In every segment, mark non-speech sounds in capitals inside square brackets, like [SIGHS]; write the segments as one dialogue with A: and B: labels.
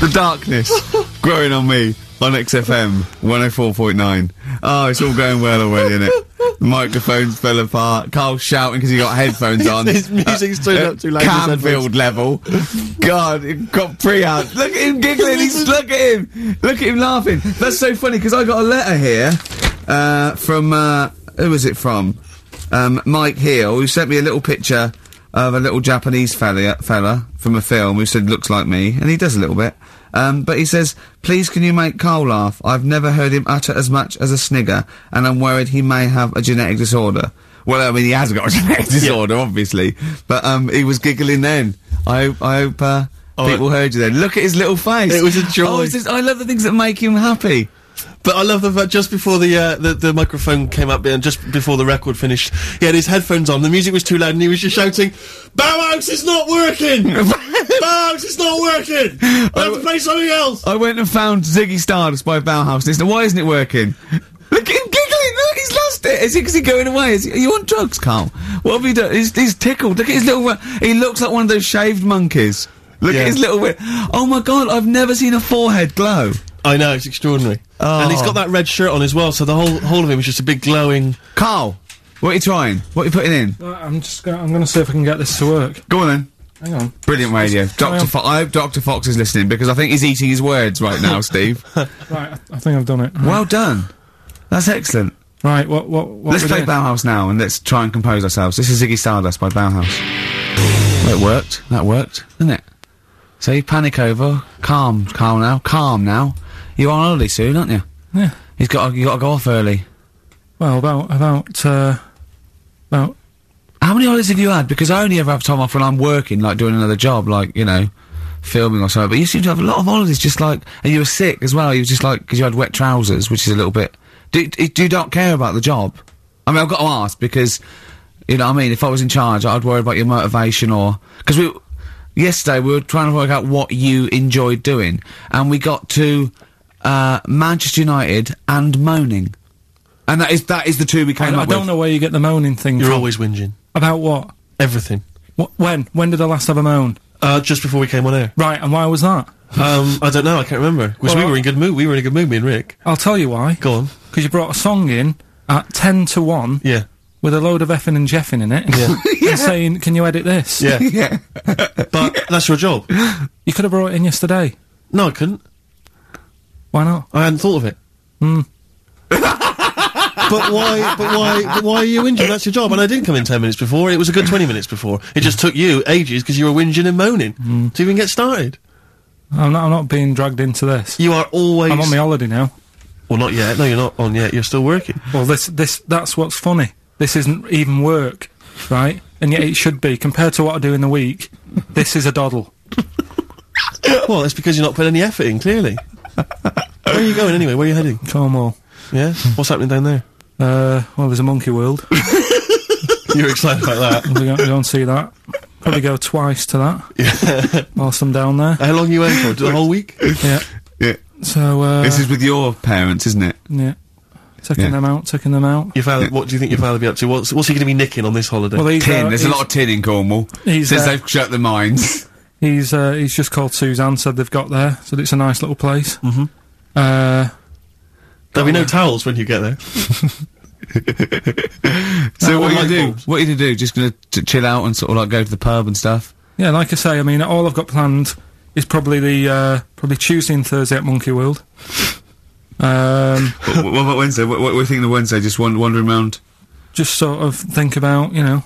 A: the darkness
B: [LAUGHS]
A: growing on me on XFM 104.9. Oh, it's all going well already, isn't it? The microphones fell apart. Carl's shouting because he got
B: [LAUGHS]
A: headphones on. Uh,
B: This music's turned up too loud, his headphones.
A: Canfield level. God, it got pre out. Look at him giggling. He's look at him. Look at him laughing. That's so funny because I got a letter here uh, from uh, who was it from? Um, Mike Heel, who sent me a little picture of a little Japanese fella, fella from a film who said looks like me, and he does a little bit. Um, but he says, "Please, can you make Carl laugh? I've never heard him utter as much as a snigger, and I'm worried he may have a genetic disorder." Well, I mean, he has got a [LAUGHS] genetic disorder, obviously, but um, he was giggling then. I hope, I hope uh, people heard you then. Look at his little face.
B: It was a joy.
A: Oh, it's just- I love the things that make him happy.
B: But I love the fact just before the, uh, the the microphone came up and just before the record finished, he had his headphones on. The music was too loud, and he was just shouting, "Bauhaus is not [LAUGHS] working! Bauhaus is not working! I have to play something else."
A: I went and found Ziggy Stardust by Bauhaus. Listen, why isn't it working? Look at him giggling. Look, he's lost it. Is he, is he going away? Is he, are you on drugs, Carl? What have you done? He's, he's tickled. Look at his little. wi- He looks like one of those shaved monkeys. Look
B: Yeah.
A: at his little. wi- Oh my god! I've never seen a forehead glow.
B: I know it's extraordinary, and he's got that red shirt on as well. So the whole whole of him is just a big glowing.
A: Carl, what are you trying? What are you putting in?
C: Right, I'm just going. I'm going to see if I can get this to work.
A: Go on then.
C: Hang on.
A: Brilliant radio. Dr.
C: on.
A: Fo- I hope Dr. Fox is listening because I think he's eating his words right
B: [LAUGHS]
A: now, Steve.
C: Right, I, I think I've done it.
A: well done. That's excellent.
C: Right, what what what?
A: Let's
C: we
A: play
C: doing?
A: Bauhaus now and let's try and compose ourselves. This is Ziggy Stardust by Bauhaus. Well, it worked. That worked, didn't it? So you panic over. Calm, Carl now. Calm now. You're on holiday soon, aren't you?
C: Yeah.
A: He's got you got to go off early.
C: Well, about about uh, about
A: How many holidays have you had? Because I only ever have time off when I'm working, like doing another job, like, you know, filming or something. But you seem to have a lot of holidays, just like, and you were sick as well. You were just like, because you had wet trousers, which is a little bit. Do, do, do you not care about the job? I mean, I've got to ask because, you know what I mean? If I was in charge, I'd worry about your motivation or. Because we. Yesterday, we were trying to work out what you enjoyed doing, and we got to uh, Manchester United and moaning. And that is that is the two we
C: I,
A: came
C: I
A: up
C: don't
A: with.
C: know where you get the moaning thing
B: You're
C: from.
B: always whinging.
C: About what?
B: Everything.
C: what? When? When did I last have a moan?
B: Uh, just before we came on [LAUGHS] air.
C: Right, and why was that?
B: Um, I don't know. I can't remember. Because
C: Well,
B: we
C: I-
B: were in good mood. We were in a good mood. Me and Rick.
C: I'll tell you why.
B: Go on.
C: Because you brought a song in at ten to one
B: Yeah.
C: with a load of effing and jeffing in it,
B: Yeah.
C: [LAUGHS] and saying, "Can you edit this?"
B: [LAUGHS] Yeah.
A: [LAUGHS] Yeah.
B: but that's your job.
C: You could have brought it in yesterday.
B: No, I couldn't.
C: Why not?
B: I hadn't thought of it.
C: Hmm.
B: [LAUGHS] but why? But why? But why are you whinging? That's your job. And I did come in ten minutes before. It was a good twenty minutes before. It just took you ages because you were whinging and moaning
C: Hmm.
B: to even get started.
C: I'm not. I'm not being dragged into this.
B: You are always.
C: I'm on my holiday now.
B: well, not yet. No, you're not on yet. You're still working.
C: Well, this this that's what's funny. This isn't even work, right? And yet it should be compared to what I do in the week. This is a doddle.
B: well, that's because you're not putting any effort in. Clearly. Where are you going anyway? Where are you heading?
C: Cornwall.
B: Yeah. What's happening down there?
C: Uh, well, there's a monkey world.
B: You're excited about that.
C: We're going to go and see that. Probably go twice to that whilst I'm down there.
B: How long are you away for? The whole week?
C: Yeah.
A: yeah.
C: So uh,
A: This is with your parents, isn't it?
C: yeah, taking
A: Yeah.
C: them out, taking them out.
B: Your father, what do you think your father will be up to? What's, what's he going to be nicking on this holiday?
C: Well, he's
A: Tin.
C: uh,
A: There's a
C: he's,
A: lot of tin in Cornwall
C: he's,
A: since
C: uh,
A: they've shut the
C: [LAUGHS]
A: mines.
C: he's uh, he's just called Suzanne. Said they've got there. Said it's a nice little place. Mm-hmm. Uh,
B: There'll
C: Oh.
B: be no towels when you get there.
A: so what
B: one
A: are you gonna do?
B: light bulb.
A: What are you gonna do? Just gonna t- chill out and sort of like go to the pub and
C: [LAUGHS]
A: stuff.
C: yeah, like I say, I mean, all I've got planned is probably the uh, probably Tuesday and Thursday at Monkey World. Um,
A: what, what about Wednesday? What, what, what are you thinking of Wednesday? Just wan- wandering around
C: just sort of think about you know,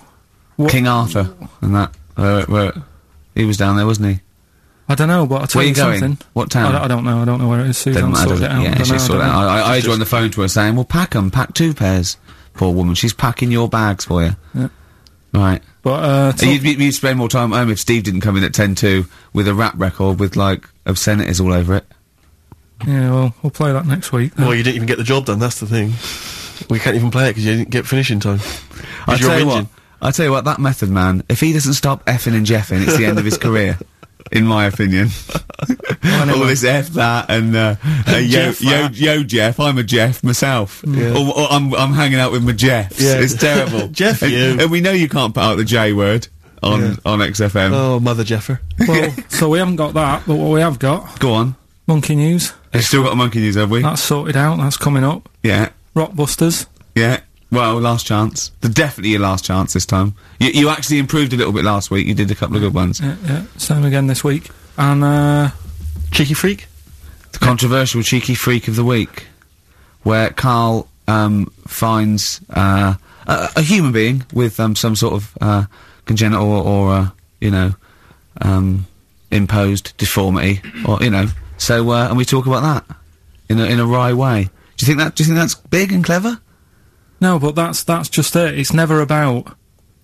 C: What-
A: King Arthur and that. Where, where he was down there, wasn't he?
C: I don't know, but I tell
A: Where
C: you
A: you going?
C: something.
A: What town?
C: I don't, I don't know. I don't know where it is. Suzanne sorted
A: does
C: it out. I
A: Yeah,
C: don't
A: she
C: know, I
A: sorted it
C: don't know.
A: out. I, I, I was on the phone to her saying, "Well, pack 'em, pack two pairs." Poor woman, she's packing your bags for you.
C: Yeah.
A: Right.
C: But uh,
A: So you'd, you'd spend more time at home if Steve didn't come in at 10-2 with a rap record with like obscenities all over it.
C: yeah, well, we'll play that next week.
B: Well, you didn't even get the job done. That's the thing. We can't even play it because you didn't get finishing time. 'Cause
A: I
B: you're
A: tell you
B: whinging.
A: what, I tell you what, that method man, if he doesn't stop effing and jeffing, it's the end of
B: [LAUGHS]
A: his career. In my opinion, all this F that and
B: [LAUGHS]
A: uh, uh, yo,
B: Jeff
A: yo,
B: that.
A: yo, Jeff, I'm a Jeff myself. Or, or I'm, I'm hanging out with my Jeffs.
B: Yeah.
A: It's terrible.
B: [LAUGHS] Jeff
A: and,
B: you.
A: And we know you can't put out the J word. on on XFM.
B: Oh, Mother Jeffer.
C: [LAUGHS] Well, so we haven't got that, but what we have got,
A: Go on.
C: Monkey News.
A: We've still got monkey news, have we?
C: That's sorted out. That's coming up.
A: yeah,
C: Rockbusters.
A: yeah. Well, last chance. The, definitely your last chance this time. You, you actually improved a little bit last week. You did a couple of good ones.
C: Yeah, yeah. Same again this week. And uh,
B: Cheeky Freak?
A: The controversial cheeky freak of the week, where Carl um, finds uh, a, a human being with um, some sort of uh, congenital or, or uh, you know um, imposed deformity, or you know. So, uh, and we talk about that in a, in a wry way. Do you think that? Do you think that's big and clever?
C: no, but that's that's just it. It's never about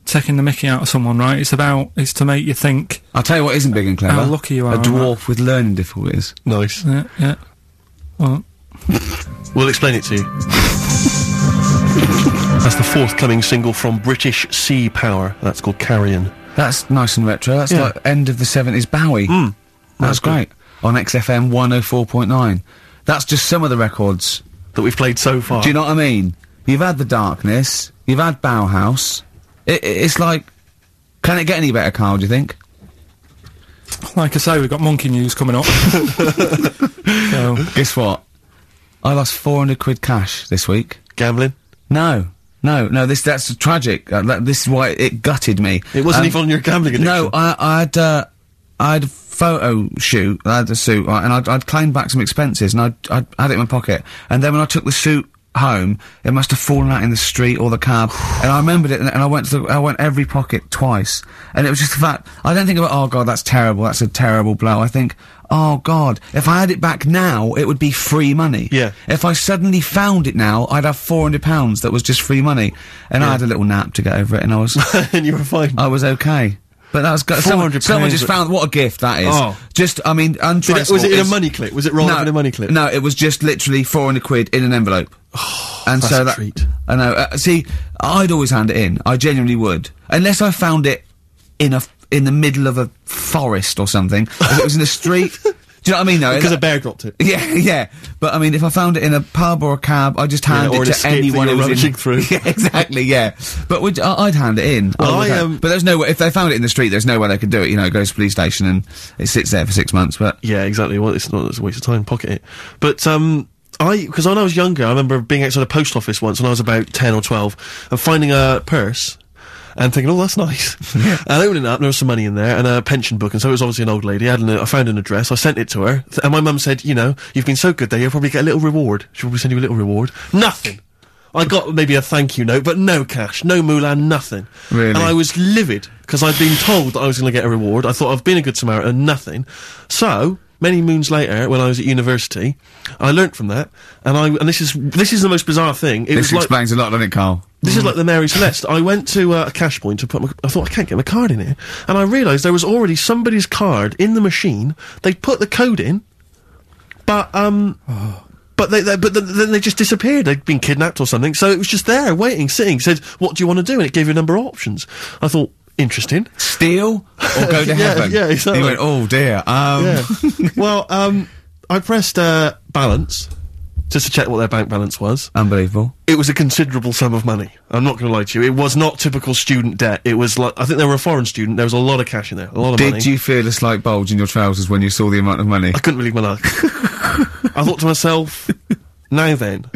C: taking the Mickey out of someone, right? It's about it's to make you think.
A: I'll tell you what isn't big and clever.
C: How lucky you are
A: A
C: on
A: dwarf with learning difficulties.
B: Nice.
C: Yeah, yeah. Well,
B: We'll explain it to [LAUGHS] you. That's the forthcoming single from British Sea Power. That's called Carrion.
A: That's nice and retro. That's
B: Yeah. Hmm.
A: like end of the seventies Bowie. That's,
B: That's
A: great. On XFM one oh four point nine. That's just some of the records.
B: That we've played so far.
A: Do you know what I mean? You've had the darkness. You've had Bauhaus. It, it, it's like, can it get any better, Carl? Do you think?
C: like I say, we've got Monkey News coming up. [LAUGHS] so
A: Guess what? I lost four hundred quid cash this week.
B: Gambling?
A: No, no, no. This that's tragic. Uh, that- this is why it gutted me.
B: It wasn't
A: Um,
B: even on your gambling addiction.
A: No, I, I had uh, I had a photo shoot. I had a suit, right, and I'd, I'd claimed back some expenses, and I'd, I'd had it in my pocket. And then when I took the suit home, it must have fallen out in the street or the cab. and I remembered it, and, and I went to the, I went every pocket twice, and it was just the fact. I don't think about oh god, that's terrible. That's a terrible blow. I think. Oh God! If I had it back now, it would be free money.
B: Yeah.
A: If I suddenly found it now, I'd have four hundred pounds that was just free money, and I had a little nap to get over it, and I was
B: [LAUGHS] and you were fine.
A: I was okay. But that was good. Someone,
B: 400
A: someone
B: pounds.
A: just found what a gift that is.
B: Oh.
A: Just, I mean,
B: Did it-
A: untraceable.
B: was it in a
A: It's-
B: money clip? Was it rolled up in a money clip?
A: No, it was just literally 400 quid in an
B: [SIGHS]
A: envelope. and
B: Oh, that's a
A: so that
B: treat.
A: I know. Uh, see, I'd always hand it in. I genuinely would, unless I found it in a f- in the middle of a forest or something. if it was in the
B: [LAUGHS]
A: street. Do you know what I mean? Though,
B: Because a bear dropped it.
A: yeah, [LAUGHS] yeah. But I mean, if I found it in a pub or a cab, I just hand
B: or an
A: it to
B: escape that
A: anyone
B: you're
A: who was in-
B: rummaging through.
A: [LAUGHS] Yeah, exactly. Yeah, but would, I, I'd hand it in.
B: Well,
A: would
B: I,
A: hand-
B: um,
A: but there's no way if they found it in the street, there's no way they could do it. You know, it goes to the police station and it sits there for six months. But
B: Yeah, exactly. Well, it's not it's a waste of time. Pocket it. But um, I because when I was younger, I remember being outside a post office once when I was about ten or twelve and finding a purse. And thinking, oh, that's nice. and opening it up, and there was some money in there and a pension book. And so it was obviously an old lady. I, had an, I found an address. I sent it to her. Th- and my mum said, you know, you've been so good there, you'll probably get a little reward. She'll probably send you a little reward. Nothing. I got maybe a thank you note, but no cash, no Mulan, nothing.
A: Really?
B: And I was livid because I'd been told that I was going to get a reward. I thought I've been a good Samaritan, nothing. So many moons later, when I was at university, I learnt from that, and I and this is this is the most bizarre thing. It
A: this
B: was like
A: explains a lot, doesn't it, Carl?
B: this is like the Mary Celeste. I went to uh, a cash point to put my. I thought I can't get my card in here, and I realised there was already somebody's card in the machine. They put the code in, but um, but they, they but th- then they just disappeared. They'd been kidnapped or something. So it was just there, waiting, sitting. Said, "What do you want to do?" And it gave you a number of options. I thought interesting.
A: Steal or go to
B: [LAUGHS] Yeah,
A: heaven?
B: yeah, exactly.
A: He went, oh dear. Um,
B: Yeah. well, um, [LAUGHS] I pressed uh, balance just to check what their bank balance was.
A: [LAUGHS] Unbelievable.
B: it was a considerable sum of money. I'm not going to lie to you. It was not typical student debt. It was like I think they were a foreign student. There was a lot of cash in there, a lot of
A: Did
B: money.
A: you feel a slight bulge in your trousers when you saw the amount of
B: [LAUGHS]
A: money?
B: I couldn't believe my luck.
A: [LAUGHS]
B: I thought to myself, now then,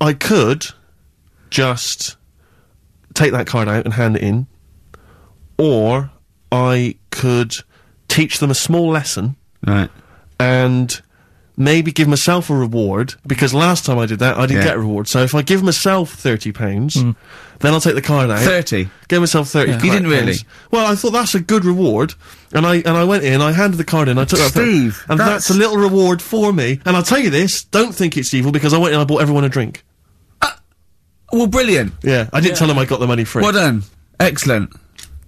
B: I could just take that card out and hand it in, or I could teach them a small lesson
A: right.
B: and maybe give myself a reward because last time I did that I didn't
A: Yeah.
B: get a reward. So if I give myself thirty pounds, then I'll take the card out.
A: 30?
B: Give myself thirty.
A: You didn't really?
B: pounds. Well, I thought that's a good reward, and I and I went in. I handed the card in. I took that, thing,
A: Steve,
B: and
A: that's-
B: that's... a little reward for me. And I'll tell you this: don't think it's evil because I went in. and I bought everyone a drink.
A: Well, brilliant.
B: Yeah, I didn't tell them I got the money free.
A: Well done. Excellent.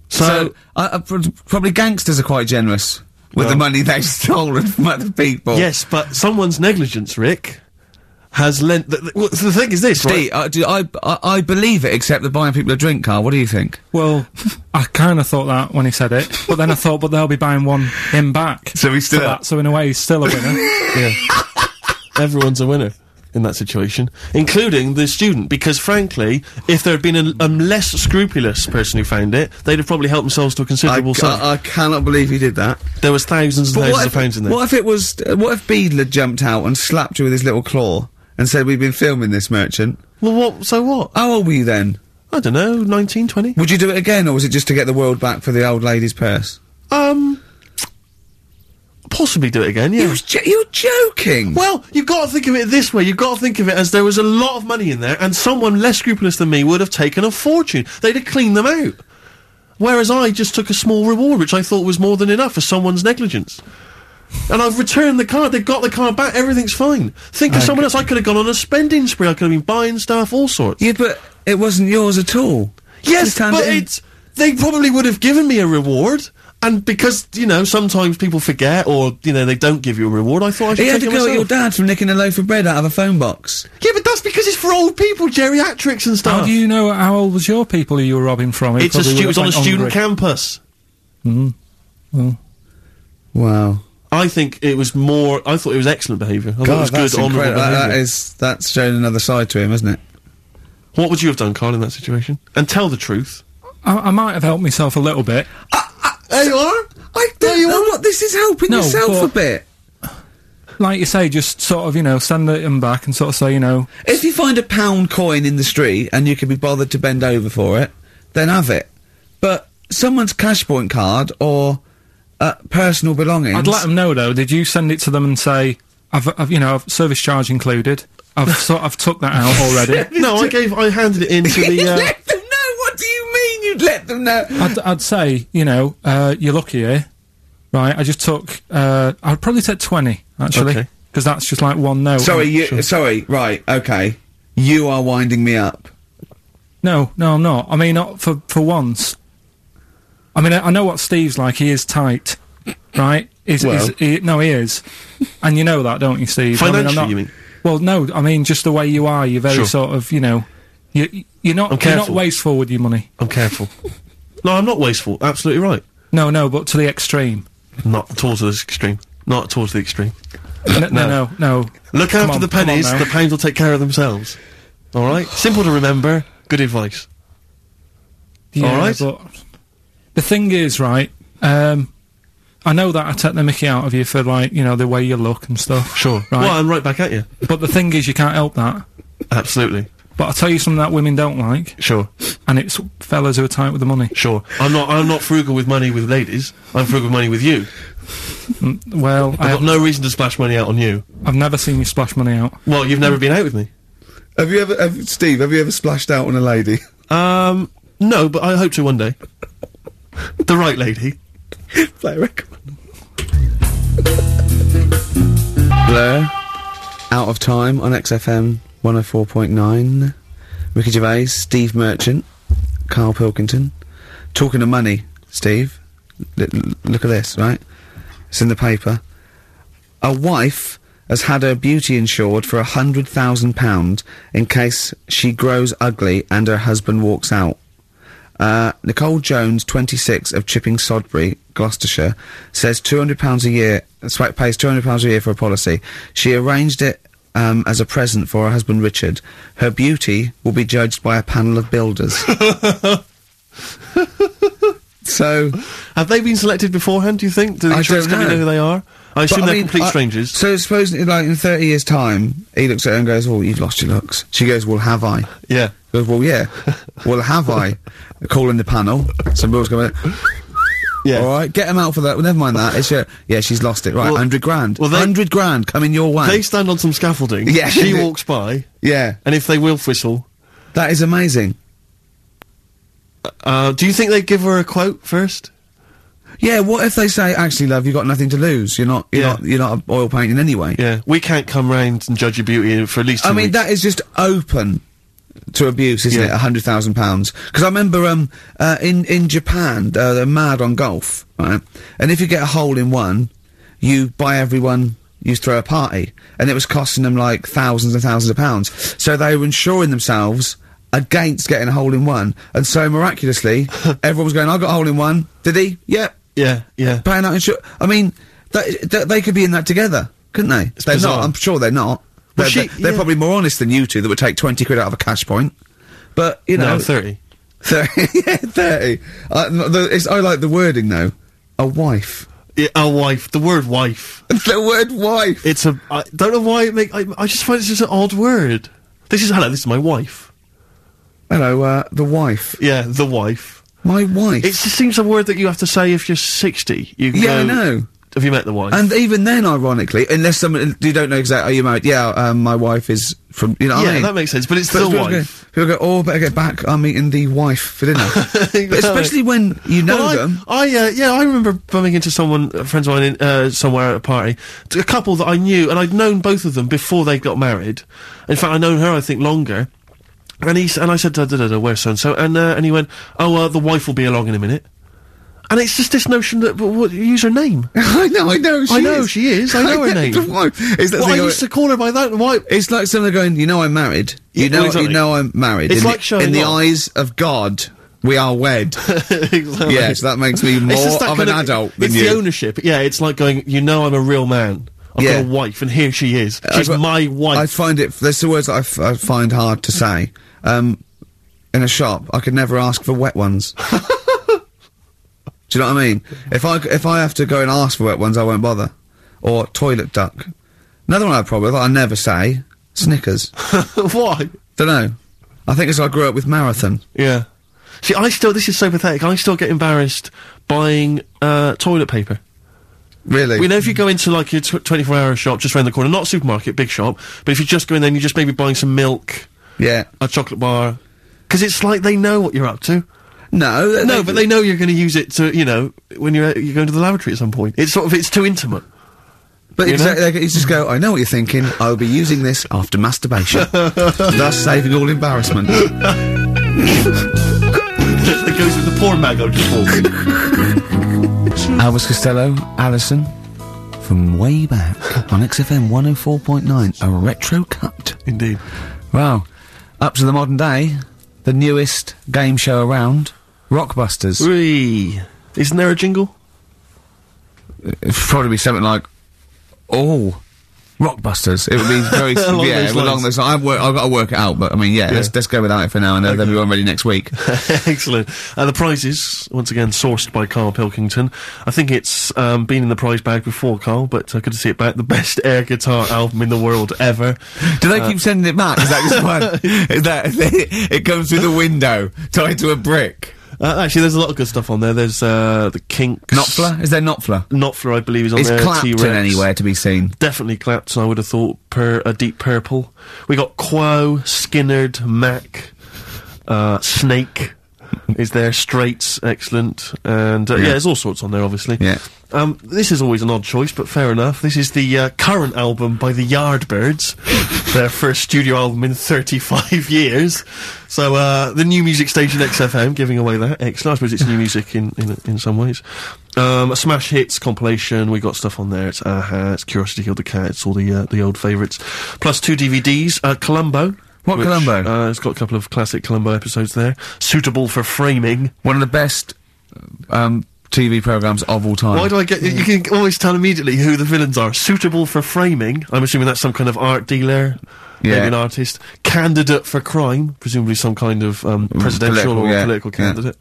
B: So,
A: So, I I pr- probably gangsters are quite generous with the
B: Well-
A: money [LAUGHS] they've stolen from other people.
B: yes, but someone's negligence, Rick, has lent. The, the, well, the thing is this, right?
A: Steve, I, uh, do, I, I, I believe it, except that buying people a drink, Carl. What do you think?
C: well, I kind of thought that when he said it, but then I thought, but they'll be buying one him back.
A: So he's still
C: for
A: up.
B: [LAUGHS]
C: that. So in a way, he's still a winner.
B: Everyone's a winner. in that situation, including the student, because frankly, if there had been a, a less scrupulous person who found it, they'd have probably helped themselves to a
A: I,
B: considerable
A: ca-
B: sum.
A: I cannot believe he did that.
B: there was thousands and
A: But
B: thousands
A: what, if,
B: of pounds in there.
A: what if it was? uh, What if Beadler jumped out and slapped you with his little claw and said, "We've been filming this merchant."
B: Well, what? So what?
A: How old were you then?
B: I don't know. Nineteen, twenty.
A: Would you do it again, or was it just to get the world back for the old lady's purse?
B: Um, possibly do it again.
A: You
B: Yeah.
A: was jo- you're joking.
B: Well, you've got to think of it this way. You've got to think of it as there was a lot of money in there, and someone less scrupulous than me would have taken a fortune. They'd have cleaned them out. Whereas I just took a small reward, which I thought was more than enough for someone's negligence. And I've returned the card. They've got the card back. Everything's fine. Think of someone else. I could have gone on a spending spree. I could have been buying stuff, all sorts.
A: Yeah, but it wasn't yours at all.
B: Yes,
A: Just hand
B: but
A: it in.
B: it's they probably would have given me a reward. And because you know, sometimes people forget, or you know, they don't give you a reward. I thought I should
A: He had
B: take
A: to
B: it
A: go at your
B: myself.
A: dad for nicking a loaf of bread out of a phone box.
B: yeah, but that's because it's for old people, geriatrics and
C: How
B: stuff.
C: do you know how old was your people who you were robbing from? Who
B: it's a
C: Oh. probably
B: stu-
C: would
B: it's
C: have
B: on a
C: went
B: student
C: hungry?
B: campus.
A: Wow.
B: I think it was more. I thought it was excellent behaviour. I
A: God,
B: thought it Oh, was
A: that's
B: good, honourable
A: incredible. That-
B: behaviour.
A: that is that's shown another side to him, isn't it?
B: what would you have done, Carl, in that situation? And tell the truth.
C: I, I might have helped myself a little bit.
B: There you are.
A: I don't know what this is helping
C: No,
A: yourself
C: but-
A: a bit.
C: Like you say, just sort of, you know, send it him back and sort of say, you know,
A: If you find a pound coin in the street and you can be bothered to bend over for it, then have it. But someone's cash point card or uh, personal belongings.
C: I'd let them know though. Did you send it to them and say, "I've, I've you know, I've service charge included. I've sort, I've took that out already."
B: No, I gave. I handed it in to
A: You'd [LAUGHS]
B: the. Uh,
C: [LAUGHS]
A: let them know. What do you mean you'd let them know?
C: I'd, I'd say, you know, uh, you're lucky here, right? I just took. Uh, I'd probably take twenty actually,
B: Okay.
C: because that's just like one no.
A: sorry, you, sorry. Right, okay. You are winding me up.
C: No, no, I'm not. I mean, not for for once. I mean, I, I know what Steve's like. He is tight, right? He's,
A: Well.
C: he's- he, no, he is, and you know that, don't you, Steve? I mean, I'm
B: Financially,
C: not-
B: you mean?
C: Well, no, I mean just the way you are. You're very
B: Sure.
C: sort of, you know, you you're
B: I'm
C: not you're not
B: careful.
C: wasteful with your money.
B: I'm careful. no, I'm not wasteful. Absolutely right.
C: No, no, but to the
B: [COUGHS]
C: extreme.
B: Not towards the extreme. Not towards the extreme.
C: N- no, no, no.
B: Look
C: Come
B: after
C: on,
B: the
C: come on
B: pennies,
C: now.
B: the pounds will take care of themselves. All right? Simple to remember, good advice.
C: Yeah,
B: All right.
C: But the thing is, right? Um, I know that I take the Mickey out of you for like you know the way you look and stuff.
B: Sure.
C: Right.
B: Well, I'm right back at you.
C: But the thing is, you can't help that.
B: Absolutely.
C: But I'll tell you something that women don't like,
B: Sure.
C: and it's fellas who are tight with the money.
B: Sure. I'm not I'm not frugal with money with ladies. I'm frugal with money with you.
C: Well, I
B: I've got
C: have,
B: no reason to splash money out on you.
C: I've never seen you splash money out.
B: Well, you've never been out with me.
A: Have you ever, have, Steve? Have you ever splashed out on a lady?
B: Um no, but I hope to one day. the right lady.
A: [LAUGHS] Play a record. Blur, out of time on XFM 104.9. Ricky Gervais, Steve Merchant, Carl Pilkington. Talking of money, Steve. L- l- look at this, right? It's in the paper. A wife has had her beauty insured for a hundred thousand pound in case she grows ugly and her husband walks out. Uh, Nicole Jones, 26, of Chipping Sodbury, Gloucestershire, says £200 a year, sorry, pays £200 a year for a policy. She arranged it um, as a present for her husband Richard. Her beauty will be judged by a panel of
B: [LAUGHS]
A: builders. so,
B: Have they been selected beforehand, do you think? Do the
A: I
B: insurance
A: don't
B: company know
A: know.
B: who they are? I assume
A: But, I
B: they're
A: mean,
B: complete
A: I-
B: strangers.
A: So suppose, like, in 30 years' time, he looks at her and goes, "Oh, you've lost your looks." She goes, "Well, have I?"
B: Yeah.
A: He goes, "Well, yeah." well, have I? Calling the panel. Some rules come in.
B: Yeah.
A: All right, get him out for that. Well, never mind that. It's your, yeah, she's lost it. Right,
B: Well-
A: hundred grand.
B: well, they-
A: hundred grand coming your way.
B: They stand on some scaffolding.
A: Yeah.
B: She walks by,
A: yeah,
B: and if they will whistle,
A: that is amazing.
B: Uh, do you think they give her a quote first?
A: Yeah, what if they say, "Actually, love, you've got nothing to lose. You're not, you're
B: Yeah.
A: not, you're not a oil painting anyway."
B: Yeah, we can't come round and judge your beauty for at least. Two
A: I mean,
B: weeks.
A: that is just open to abuse, isn't it?
B: Yeah.
A: A hundred thousand pounds. Because I remember um, uh, in in Japan, uh, they're mad on golf, right? And if you get a hole in one, you buy everyone. You throw a party, and it was costing them like thousands and thousands of pounds. So they were insuring themselves against getting a hole in one, and so
B: [LAUGHS]
A: miraculously, everyone was going, "I got a hole in one." Did he? Yep.
B: yeah, yeah.
A: Paying out insurance. I mean, that, that, they could be in that together, couldn't they? they're
B: bizarre.
A: not. I'm sure they're not. They're,
B: she-
A: they're- they're
B: yeah.
A: probably more honest than you two that would take 20 quid out of a cash point. But, you know. [LAUGHS]
B: No, 30.
A: 30. yeah, 30. Uh, no, the, it's, I like the wording, though. A wife. [LAUGHS]
B: Yeah, a wife. The word wife.
A: the word wife.
B: It's a. I don't know why it make. I, I just find it's just an odd word. This is hello. This is my wife.
A: Hello, uh, the wife.
B: Yeah, the wife.
A: My wife.
B: It just seems a word that you have to say if you're sixty. You can
A: Yeah, I
B: go,
A: know.
B: Have you met the wife?
A: and even then, ironically, unless someone you don't know exactly, are you married? Yeah, um, my wife is from. You know, what I
B: yeah,
A: mean?
B: that makes sense. But it's
A: But
B: the
A: people
B: wife.
A: Go, people go, oh, better get back. I'm eating the wife for
B: [LAUGHS]
A: dinner. but especially when you know
B: Well, I,
A: them. [LAUGHS]
B: I uh, yeah, I remember bumming into someone, uh, friends of mine, in, uh, somewhere at a party, t- a couple that I knew, and I'd known both of them before they got married. In fact, I known her, I think, longer. And he s- and I said, da, da, da, da, "Where's so and so?" And uh, and he went, "Oh, uh, the wife will be along in a minute." And it's just this notion that but what, use her name.
A: I know, I know. She
B: I know
A: is. [LAUGHS]
B: she is, I know her name.
A: the wife. It's, that
B: Well, I
A: thing
B: used
A: where-
B: to call her by that. and Why?
A: it's like someone going, you know, I'm married. You
B: Yeah,
A: know,
B: well, exactly.
A: you know, I'm married.
B: It's
A: in
B: like
A: the,
B: showing
A: in the
B: off.
A: eyes of God, we are
B: [LAUGHS]
A: wed. [LAUGHS]
B: exactly.
A: yeah, so that makes me
B: It's
A: more
B: just that
A: of an
B: kind
A: adult than
B: it's
A: you.
B: the ownership. Yeah, it's like going. You know, I'm a real man. I've
A: Yeah. Uh,
B: got a wife, and here she is. She's
A: I've-
B: my
A: I
B: wife.
A: find it. There's the words that I, f- I find hard to say. Um, in a shop, I could never ask for wet ones. [LAUGHS] Do you know what I mean? If I c- if I have to go and ask for wet ones, I won't bother. Or toilet duck. Another one I probably that I never say. Snickers.
B: [LAUGHS] Why?
A: Don't know. I think it's I grew up with marathon.
B: Yeah. See, I still. This is so pathetic. I still get embarrassed buying uh, toilet paper.
A: Really.
B: We know if you go into like your tw- 24 hour shop just round the corner, not a supermarket, big shop, but if you just go in there and you're just maybe buying some milk,
A: yeah.
B: a chocolate bar, because it's like they know what you're up to.
A: No. th-
B: No, but they know you're going to use it to, you know, when you're you're going to the laboratory at some point. It's sort of it's too intimate.
A: But
B: you know?
A: exactly. They, you just go. I know what you're thinking. I'll be using this after
B: [LAUGHS]
A: masturbation, thus saving all embarrassment.
B: that goes with the porn mag I just bought.
A: Elvis Costello, Allison, from way back on XFM 104.9, a retro cut.
B: [LAUGHS] Indeed.
A: Wow. Up to the modern day, the newest game show around, Rockbusters.
B: Three. Isn't there a jingle?
A: It'd probably be something like, oh, Rockbusters. It would [LAUGHS] be very,
B: Along
A: yeah,
B: those
A: along
B: lines.
A: those I've, wor- I've got to work it out, but I mean, yeah, Let's, let's go without it for now and then we'll be on ready next [LAUGHS] week.
B: [LAUGHS] Excellent. Uh, the prizes, once again, sourced by Carl Pilkington. I think it's um, been in the prize bag before, Carl, but uh, good to see it back. The best air guitar album in the world ever.
A: Do they keep sending it back? Is that just [LAUGHS] one? Is that, it comes through the window, tied to a brick.
B: Uh, actually, there's a lot of good stuff on there. There's uh, the Kinks.
A: Knopfler? Is there Knopfler?
B: Knopfler, I believe, is on
A: It's
B: there.
A: Clapton
B: T-Rex.
A: anywhere to be seen.
B: Definitely Clapton, I would have thought. Per uh, Deep Purple. We got Quo, Skinnerd, Mac, uh, Snake. Is there Straits? Excellent, and uh, yeah. there's all sorts on there, obviously.
A: Yeah.
B: Um, this is always an odd choice, but fair enough. This is the uh, current album by the Yardbirds, [LAUGHS] their first studio album in 35 years. So uh, the new music station XFM giving away that. Excellent. I suppose it's new music in in, in some ways. Um, a smash hits compilation. We got stuff on there. It's Aha. It's Curiosity Killed the Cat. It's all the uh, the old favourites. Plus two DVDs. Uh, Columbo.
A: What Columbo?
B: Uh, it's got a couple of classic Columbo episodes there, suitable for framing.
A: One of the best um, TV programs of all time.
B: Why do I get? You
A: Hmm.
B: can always tell immediately who the villains are. Suitable for framing. I'm assuming that's some kind of art dealer,
A: Yeah.
B: maybe an artist. Candidate for crime, presumably some kind of um, presidential
A: Mm, political,
B: or
A: yeah,
B: political
A: yeah.
B: candidate.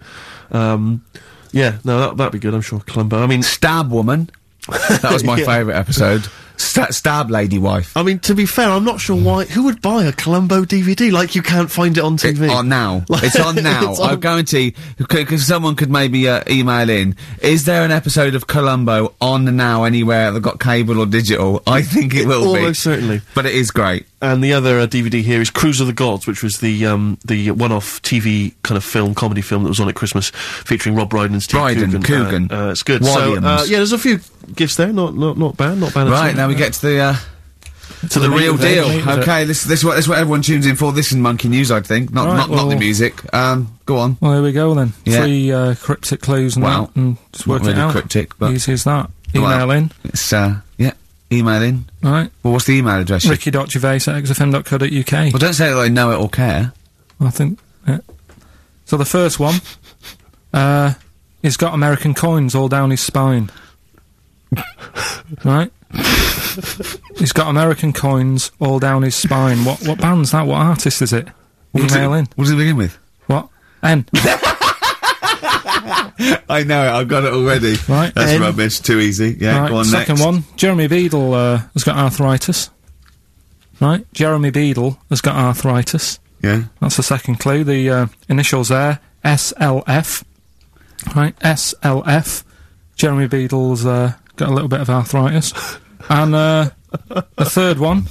B: Um, yeah, no, that, that'd be good. I'm sure Columbo. I mean,
A: Stab Woman. That was my
B: [LAUGHS] Yeah.
A: favourite episode. Sta stab Lady Wife.
B: I mean to be fair, I'm not sure why. Who would buy a Columbo DVD? Like you can't find it on
A: It's
B: TV.
A: on
B: [LAUGHS]
A: now. It's on now.
B: It's
A: I
B: on-
A: guarantee, because someone could maybe uh, email in. Is there an episode of Columbo on now anywhere that got cable or digital? I think it will be.
B: Almost certainly.
A: But it is great.
B: And the other uh, DVD here is Cruise of the Gods, which was the um, the one-off TV kind of film, comedy film that was on at Christmas, featuring Rob Brydon and Steve
A: Brydon,
B: Coogan.
A: Coogan.
B: Uh, uh, it's good.
A: Williams.
B: So uh, yeah, there's a few gifts there. Not not not bad. Not bad.
A: Right,
B: at all.
A: now we get to the. Uh,
B: to
A: the real
B: meat
A: deal.
B: of it.
A: Okay, this this what this what everyone tunes in for. This is Monkey News, I think. Not
C: Right,
A: not not the
C: well-
A: music. Um, go on.
C: Well, there we go then.
A: Yeah.
C: Three uh, cryptic clues and
A: Wow.
C: that, and just
A: Not
C: work
A: really
C: it out.
A: cryptic, but-
C: easy as that. Email
A: Wow.
C: in,
A: It's uh, yeah, email in.
C: right?
A: Well, what's the email address?
C: Ricky.gervais at xfm.co.uk.
A: Well, don't say that I know it or care.
C: I think. Yeah. So the first one, uh, he's got American coins all down his spine. right? He's got American coins all down his spine. What what band's that? What artist is it?
A: What's
C: Email
A: it,
C: in.
A: What does it begin with?
C: What? N.
A: I know it. I've got it already.
C: Right.
A: That's
B: N.
A: rubbish. Too easy. Yeah.
C: right.
A: Go on.
C: Second
A: next.
C: one. Jeremy Beadle uh, has got arthritis. Right. Jeremy Beadle has got arthritis.
A: Yeah.
C: That's the second clue. The uh, initials there, SLF. Right, SLF. Jeremy Beadle's uh, got a little bit of arthritis. [LAUGHS] and uh, the third one,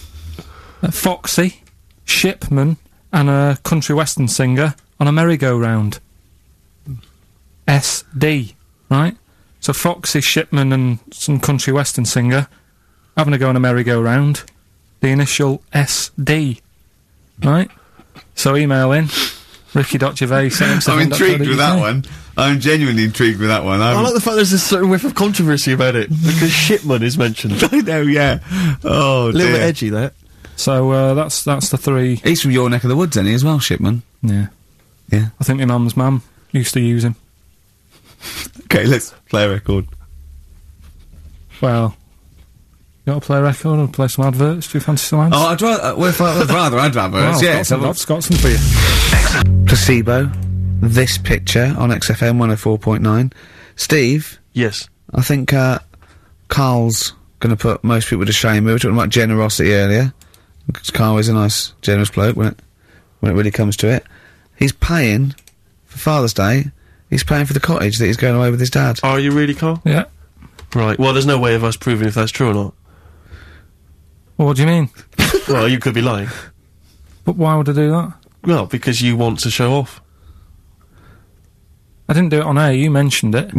C: uh, Foxy, Shipman, and a country western singer on a merry-go-round. SD, right? So Foxy, Shipman, and some country western singer having a go on a merry-go-round. The initial SD, right? So email in ricky.gervais.
A: I'm intrigued with that one. I'm genuinely intrigued with that one. I'm,
B: I like the fact there's this certain whiff of controversy about it because Shipman is mentioned.
A: [LAUGHS]
B: A
A: [LAUGHS] I know. Yeah. Oh,
B: little
A: dear.
B: bit edgy there.
C: So uh, that's that's the three.
A: He's from your neck of the woods, isn't he, as well, Shipman?
C: Yeah,
A: Yeah.
C: I think my mum's mum used to use him.
A: Okay, let's play a record.
C: Well, you got to play a record or play some adverts? Do you fancy some ads?
A: Oh, I'd rather. Uh, well, if I- I'd rather. I'd rather.
C: Well, I've,
A: yeah.
C: got
A: so
C: some,
A: we'll-
C: I've got some for you.
A: placebo. This picture on XFM 104.9. Steve,
B: Yes.
A: I think uh, Carl's going to put most people to shame. We were talking about generosity earlier. 'Cause Carl is a nice, generous bloke when it when it really comes to it. He's paying for Father's Day. He's paying for the cottage that he's going away with his dad.
B: Are you really, Carl?
C: Yeah.
B: Right. Well, there's no way of us proving if that's true or not.
C: Well, what do you mean?
B: well, you could be lying.
C: But why would I do that?
B: Well, because you want to show off.
C: I didn't do it on air. You
A: [LAUGHS]
C: mentioned it.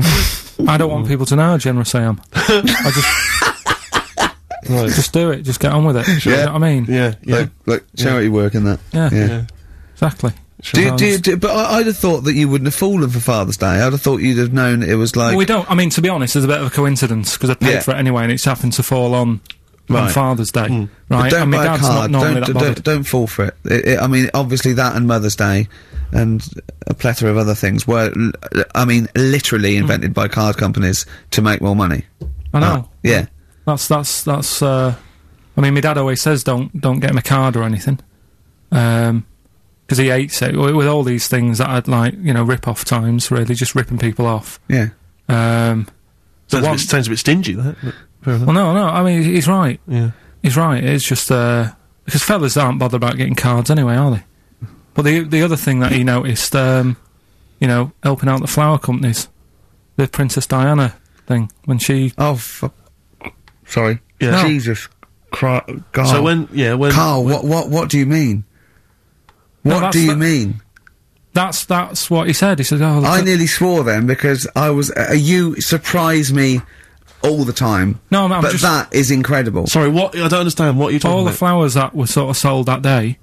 C: I don't want people to know how generous I am. I just
A: [LAUGHS]
B: Right.
C: just do it. Just get on with it. You
A: Yeah.
C: know what I mean?
B: yeah. Yeah.
A: like charity work and that.
C: Yeah.
B: yeah.
C: Exactly.
A: Do you,
C: So
A: do you,
C: it's-
A: do, but I, I'd have thought that you wouldn't have fallen for Father's Day. I'd have thought you'd have known that it was like.
C: Well, we don't. I mean, to be honest, it's a bit of a coincidence because I paid
A: Yeah.
C: for it anyway, and it's happened to fall on on
A: Right.
C: Father's Day,
A: But
C: right?
A: don't
C: and my
A: buy
C: dad's
A: a card.
C: not normally
A: don't,
C: that bothered.
A: don't, don't fall for it. It- it- I mean, obviously that and Mother's Day and a plethora of other things were, l- I mean, literally invented by card companies to make more money.
C: Mm. I know.
A: Uh, yeah.
C: That's that's that's. Uh, I mean, my dad always says don't don't get him a card or anything, because he hates it. With with all these things that I'd like, you know, rip off times really, just ripping people off.
A: Yeah.
C: Um,
B: Sounds, a
C: one-
B: bit, sounds a bit stingy, that. but Fair enough.
C: well, no, no. I mean, he's right.
B: Yeah.
C: He's right. It's just uh, because fellas aren't bothered about getting cards anyway, are they? But the the other thing that he noticed, um, you know, helping out the flower companies, the Princess Diana thing when she
A: Oh, f- sorry.
B: Yeah. No.
A: Jesus Christ.
B: So
C: Oh.
B: when, yeah, when.
A: Carl, what, what, what do you mean?
C: No,
A: What
C: that's
A: do you
C: the-
A: mean?
C: that's that's what he said. He said, "Oh,
A: I
C: look at-
A: nearly swore then because I was. Uh, you surprise me all the time.
C: No, I'm- I'm
A: but
C: just-
A: that is incredible.
B: Sorry, what? I don't understand. What are you talking
C: all the
B: about?
C: flowers that were sort of sold that day."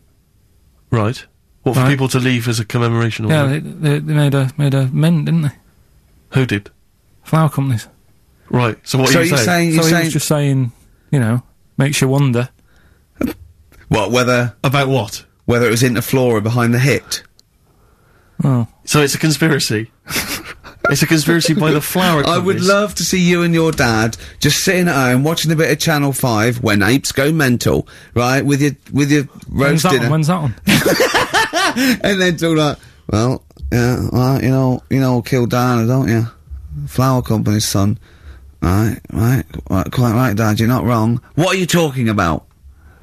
B: right. What, for
C: Right.
B: people to leave as a commemoration or
C: Yeah,
B: what?
C: they, they, they made a made a mint, didn't they?
B: Who did?
C: Flower companies.
B: Right. So what
A: so
B: are you
A: you're
B: saying?
A: saying,
C: so
A: you're
C: he
A: saying,
C: was just saying, you know, makes you wonder.
A: what whether
B: About what?
A: whether it was into Flora behind the hit.
C: Oh,
B: So it's a
C: [LAUGHS]
B: conspiracy. it's a conspiracy by the flower
A: I would
B: companies.
A: love to see you and your dad just sitting at home watching a bit of Channel Five when apes go mental, right? With your with your roast
C: when's that
A: dinner,
C: one? When's that one?
A: [LAUGHS] and then talk like, well, yeah, well, you know, you know, kill Diana, don't you? Flower company's son. Right, right, right, quite right, Dad. You're not wrong. What are you talking about?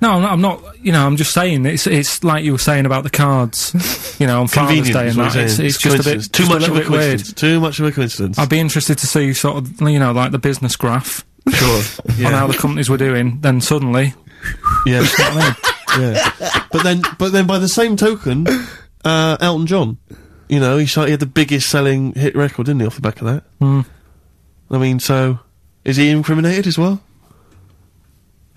C: No, I'm not, I'm not. You know, I'm just saying it's it's like you were saying about the cards. You know, on Father's
B: [LAUGHS] Convenient
C: Day
B: is
C: and
B: what
C: that.
B: you're
C: It's,
B: saying.
C: it's just a bit
B: coincidence. too
C: just
B: much
C: a
B: of a
C: little bit weird.
B: coincidence. Too much of a coincidence.
C: I'd be interested to see sort of you know like the business graph
B: [LAUGHS] sure.
C: on how
B: Yeah.
C: the companies were doing. Then suddenly, [LAUGHS]
B: yeah.
C: you know what I mean?
B: [LAUGHS] yeah. But then, but then, by the same token, uh, Elton John, you know, he, shot, he had the biggest selling hit record, didn't he, off the back of that?
C: hmm,
B: I mean, so is he incriminated as well?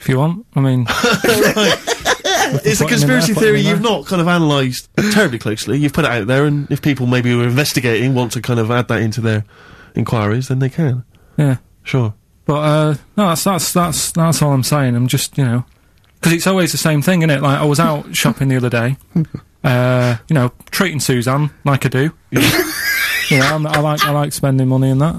C: if you want,
B: [LAUGHS]
C: I mean,
B: It's a
C: putting him there,
B: conspiracy
C: putting
B: theory
C: him there.
B: you've not kind of analysed terribly closely. You've put it out there, and if people maybe who are investigating want to kind of add that into their inquiries, then they can.
C: yeah.
B: Sure.
C: But uh, no, that's that's that's that's all I'm saying. I'm just you know, because it's always the same thing, isn't it? Like I
B: [LAUGHS]
C: was out shopping the other day, uh, you know, treating Suzanne like I do. you know, I'm, I like I like spending money and that.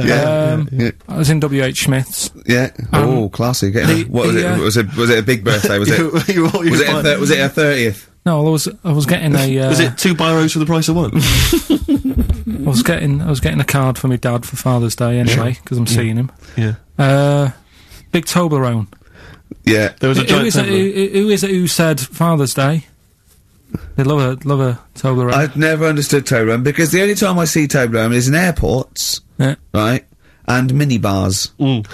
B: Yeah.
C: um,
A: yeah.
C: I was in W. H. Smith's.
A: Yeah. oh, classy. Get
C: Um, the-
A: what was
C: the,
A: it?
C: uh,
A: was it? Was it a big birthday?
C: [LAUGHS]
A: Was it?
B: [LAUGHS] You- you- you
A: was it? A
B: find-
A: thir- was it a thirtieth?
C: No, I was I was getting a uh,
B: Was it two biros for the price of one?
C: [LAUGHS] I was getting I was getting a card for my dad for Father's Day anyway because I'm seeing him.
B: yeah.
C: Uh, big Toblerone.
A: Yeah.
B: There was a
C: Who
B: giant.
C: is, it,
B: tablet.
C: who, who is it who said Father's Day? They love a love a Toblerone.
A: I've never understood Toblerone because the only time I see Toblerone is in airports,
C: yeah.
A: right? And minibars.
B: Mm.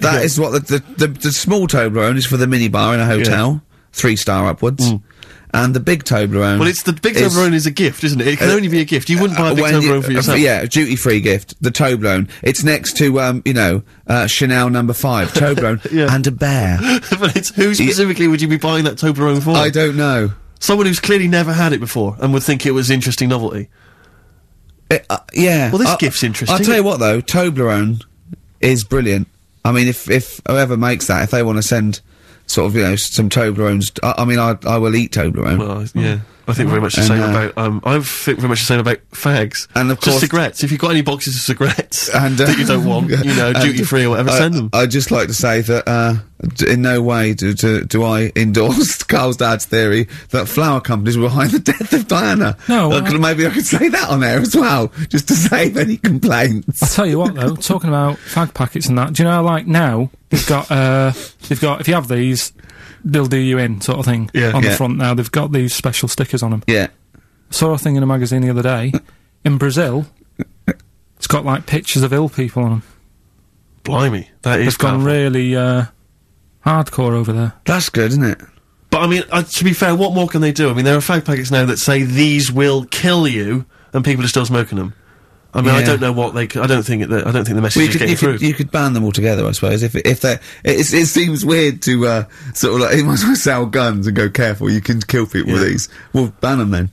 B: [LAUGHS]
A: That is what the the, the the small Toblerone is for the minibar in a hotel, three star upwards, and the big Toblerone.
B: Mm. Well, it's the big
A: is-
B: Toblerone is a gift, isn't it? It can
A: Uh,
B: only be a gift. You wouldn't buy a big
A: when you-
B: Toblerone for
A: uh,
B: yourself.
A: yeah, duty free gift. The Toblerone. It's next to um, you know, uh, Chanel number
B: [LAUGHS]
A: five Toblerone
B: Yeah.
A: and a bear.
B: [LAUGHS] [GASPS] but it's
A: [LAUGHS]
B: who specifically would you be buying that Toblerone for?
A: I don't know.
B: Someone who's clearly never had it before and would think it was interesting novelty.
A: It, uh, yeah.
B: Well, this
A: I-
B: gift's interesting.
A: I'll tell you what though, Toblerone is brilliant. I mean, if if whoever makes that, if they want to send sort of you know some Toblerones, I, I mean, I I will eat Toblerone.
B: Well, yeah. I think very much the
A: And,
B: same
A: uh,
B: about. Um, I think very much the same about fags
A: And of
B: Just
A: course-
B: cigarettes. If you've got any boxes of cigarettes
A: [LAUGHS] and uh,
B: that you don't want, you know,
A: [LAUGHS] and
B: duty free or whatever,
A: I,
B: send them.
A: I'd just like to say that uh, d- in no way do, do do I [LAUGHS] endorse Carl's dad's theory that flower companies were behind the death of Diana.
C: No,
A: Uh, could-
C: I-
A: maybe I could say that on air as well, just to [LAUGHS] save any complaints.
C: I'll tell you what though, [LAUGHS] talking about fag packets and that, do you know like now they've got uh they've got if you have these, they'll do you in sort of thing.
B: Yeah.
C: on
A: Yeah.
C: the front now. They've got these special stickers on them.
A: Yeah,
C: Saw a thing in a magazine the other day. In Brazil it's got like pictures of ill people on them.
B: Blimey, that is
C: It's gone
B: powerful.
C: really uh hardcore over there.
A: that's good, isn't it?
B: But I mean, uh, to be fair, what more can they do? I mean, there are fag packets now that say these will kill you, and people are still smoking them. I mean, I
A: Yeah.
B: don't know what they. c- I don't think that. I don't think the message
A: Well, you,
B: is
A: could,
B: getting
A: you,
B: through.
A: could, you could ban them altogether, I suppose. If if they, it, it seems weird to uh, sort of like [LAUGHS] you might as well sell guns and go careful. You can kill people with
B: Yeah.
A: these. Well, ban them then.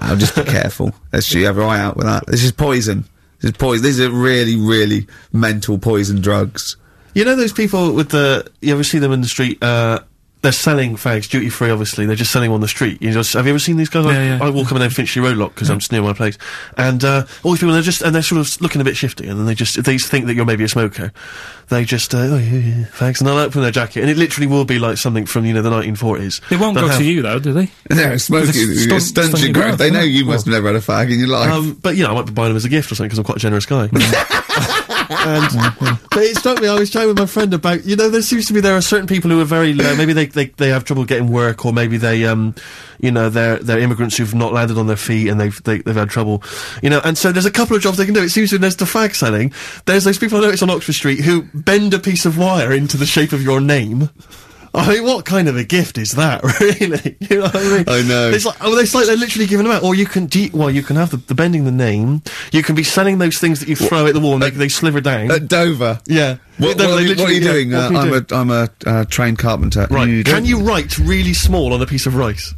A: Wow, just
B: [LAUGHS]
A: be careful. Let's just have your eye out with that. This is poison. This is poison. These are really, really mental poison drugs. [LAUGHS]
B: You know those people with the. You ever see them in the street? Uh, they're selling fags duty free. Obviously, they're just selling on the street. You just have you ever seen these guys? I,
C: Yeah, yeah.
B: I walk up and down Finchley Road lot because I'm just near my place, and uh, all these people they're just and they're sort of looking a bit shifty, and then they just they think that you're maybe a smoker. They just uh, oh yeah, yeah, fags, and they'll open their jacket, and it literally will be like something from you know the 1940s.
C: They won't
B: They'll
C: go
B: have-
C: to you though, do they?
A: No, smoking
C: It's
A: it
C: stun-
A: stuns your
C: stunning
A: growth.
C: growth,
A: They know
C: isn't it?
A: you must have never had a fag in your life.
B: Um, but you know, I might be buying them as a gift or something because I'm quite a generous [LAUGHS] guy. and, but it struck me. I was chatting with my friend about you know there seems to be there are certain people who are very low. Maybe they, they they have trouble getting work, or maybe they um you know they're they're immigrants who've not landed on their feet and they've they, they've had trouble, you know. And so there's a couple of jobs they can do. It seems to there's the fag selling. There's those people I notice on Oxford Street who bend a piece of wire into the shape of your name. I mean, what kind of a gift is that, [LAUGHS] really? You know what I mean?
A: I know.
B: It's like, oh, it's like they're literally giving them out. Or you can, de- well, you can have the, the bending the name. You can be selling those things that you throw at the wall and they, they sliver
A: [LAUGHS]
B: down.
A: At Dover.
B: yeah.
A: uh, What,
B: They-
A: what, are
B: they
A: you- what are you
B: literally- yeah,
A: doing?
B: what
A: Uh,
B: can you
A: I'm
B: do?
A: a I'm a uh, trained carpenter.
B: Right.
A: don't-
B: can you write really small on a piece of rice?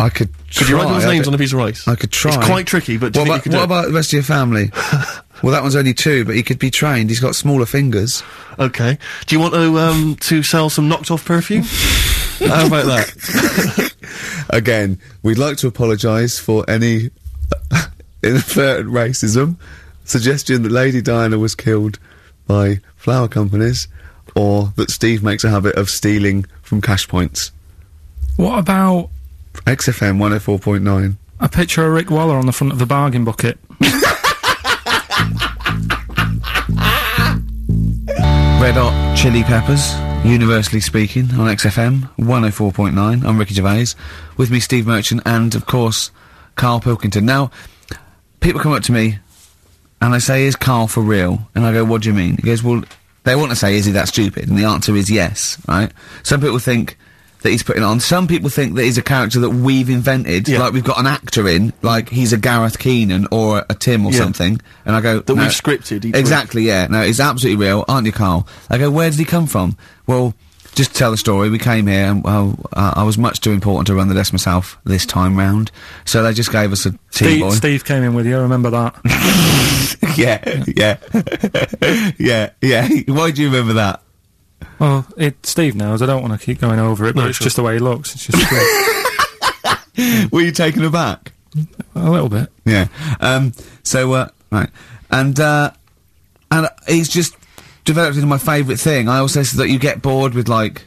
A: I could.
B: Could you write
A: try.
B: those
A: I
B: names
A: don't-
B: on a piece of rice?
A: I could try.
B: It's quite tricky, but do
A: what,
B: you
A: about,
B: think you could
A: what
B: do
A: about the rest of your [LAUGHS] family? well, that one's only two, but he could be trained. He's got smaller fingers.
B: it? Okay. Do you want to um to sell some knocked off
A: [LAUGHS]
B: perfume? How about that?
A: Again, we'd like to apologise for any [LAUGHS] inadvertent racism, suggestion that Lady Diana was killed by flower companies, or that Steve makes a habit of stealing from cash points.
C: What about
A: XFM 104.9.
C: a picture of Rick Waller on the front of the bargain bucket?
A: Red Hot Chili Peppers, universally speaking, on XFM 104.9. I'm Ricky Gervais. With me, Steve Merchant, and of course, Carl Pilkington. Now, people come up to me and they say, Is Carl for real? And I go, What do you mean? He goes, Well, they want to say, Is he that stupid? And the answer is yes, right? Some people think that he's putting it on. Some people think that he's a character that we've invented,
B: Yeah.
A: like we've got an actor in, like he's a Gareth Keenan or a, a Tim or
B: Yeah.
A: something. And I go,
B: That
A: no.
B: we've scripted each
A: Exactly. Exactly, yeah. No, it's absolutely real, aren't you, Carl? I go, where did he come from? Well, just to tell the story, we came here and well, uh, I was much too important to run the desk myself this time round. So they just gave us a tea boy.
C: Steve, Steve came in with you, I remember
B: [LAUGHS]
C: that.
A: [LAUGHS] yeah, yeah. [LAUGHS] yeah, yeah. Why do you remember that?
C: well, it, Steve knows, I don't want to keep going over it, but
B: No, [LAUGHS]
C: it's
B: sure.
C: just the way he looks. It's just great.
A: Were you taken aback?
C: a little bit.
A: Yeah. Um, so, uh, right. And, uh, and he's just developed into my favourite thing. I also said that you get bored with, like,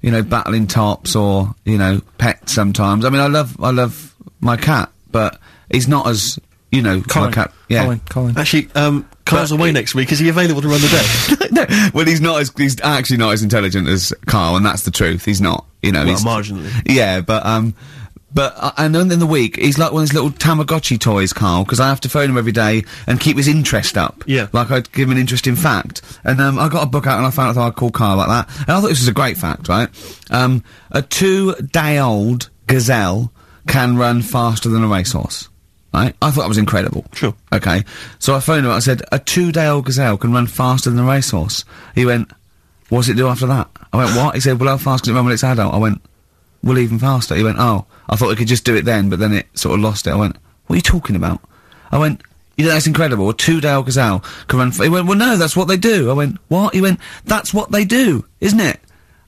A: you know, battling tops or, you know, pets sometimes. I mean, I love, I love my cat, but he's not as, you know,
C: Colin,
A: my cat. Yeah.
C: Colin, Colin.
B: Actually, um, Carl's away next week. Is he available to run the day?
A: no, well, he's not as, he's actually not as intelligent as Carl, and that's the truth. He's not, you know.
B: well,
A: he's,
B: marginally.
A: Yeah, but um, but uh, and then in the week he's like one of those little Tamagotchi toys, Carl, because I have to phone him every day and keep his interest up.
B: Yeah.
A: like I'd give him an interesting fact, and um, I got a book out and I found out that I'd call Carl about that, and I thought this was a great fact, right? Um, a two-day-old gazelle can run faster than a racehorse. Right? I thought that was incredible.
B: Sure.
A: Okay. So I phoned him up. I said, a two-day-old gazelle can run faster than a racehorse. He went, what's it do after that? I went, what? He said, well, how fast can it run when it's adult? I went, well, even faster. He went, oh, I thought we could just do it then, but then it sort of lost it. I went, what are you talking about? I went, you know, that's incredible. A two-day-old gazelle can run... F-. He went, well, no, that's what they do. I went, what? He went, that's what they do, isn't it?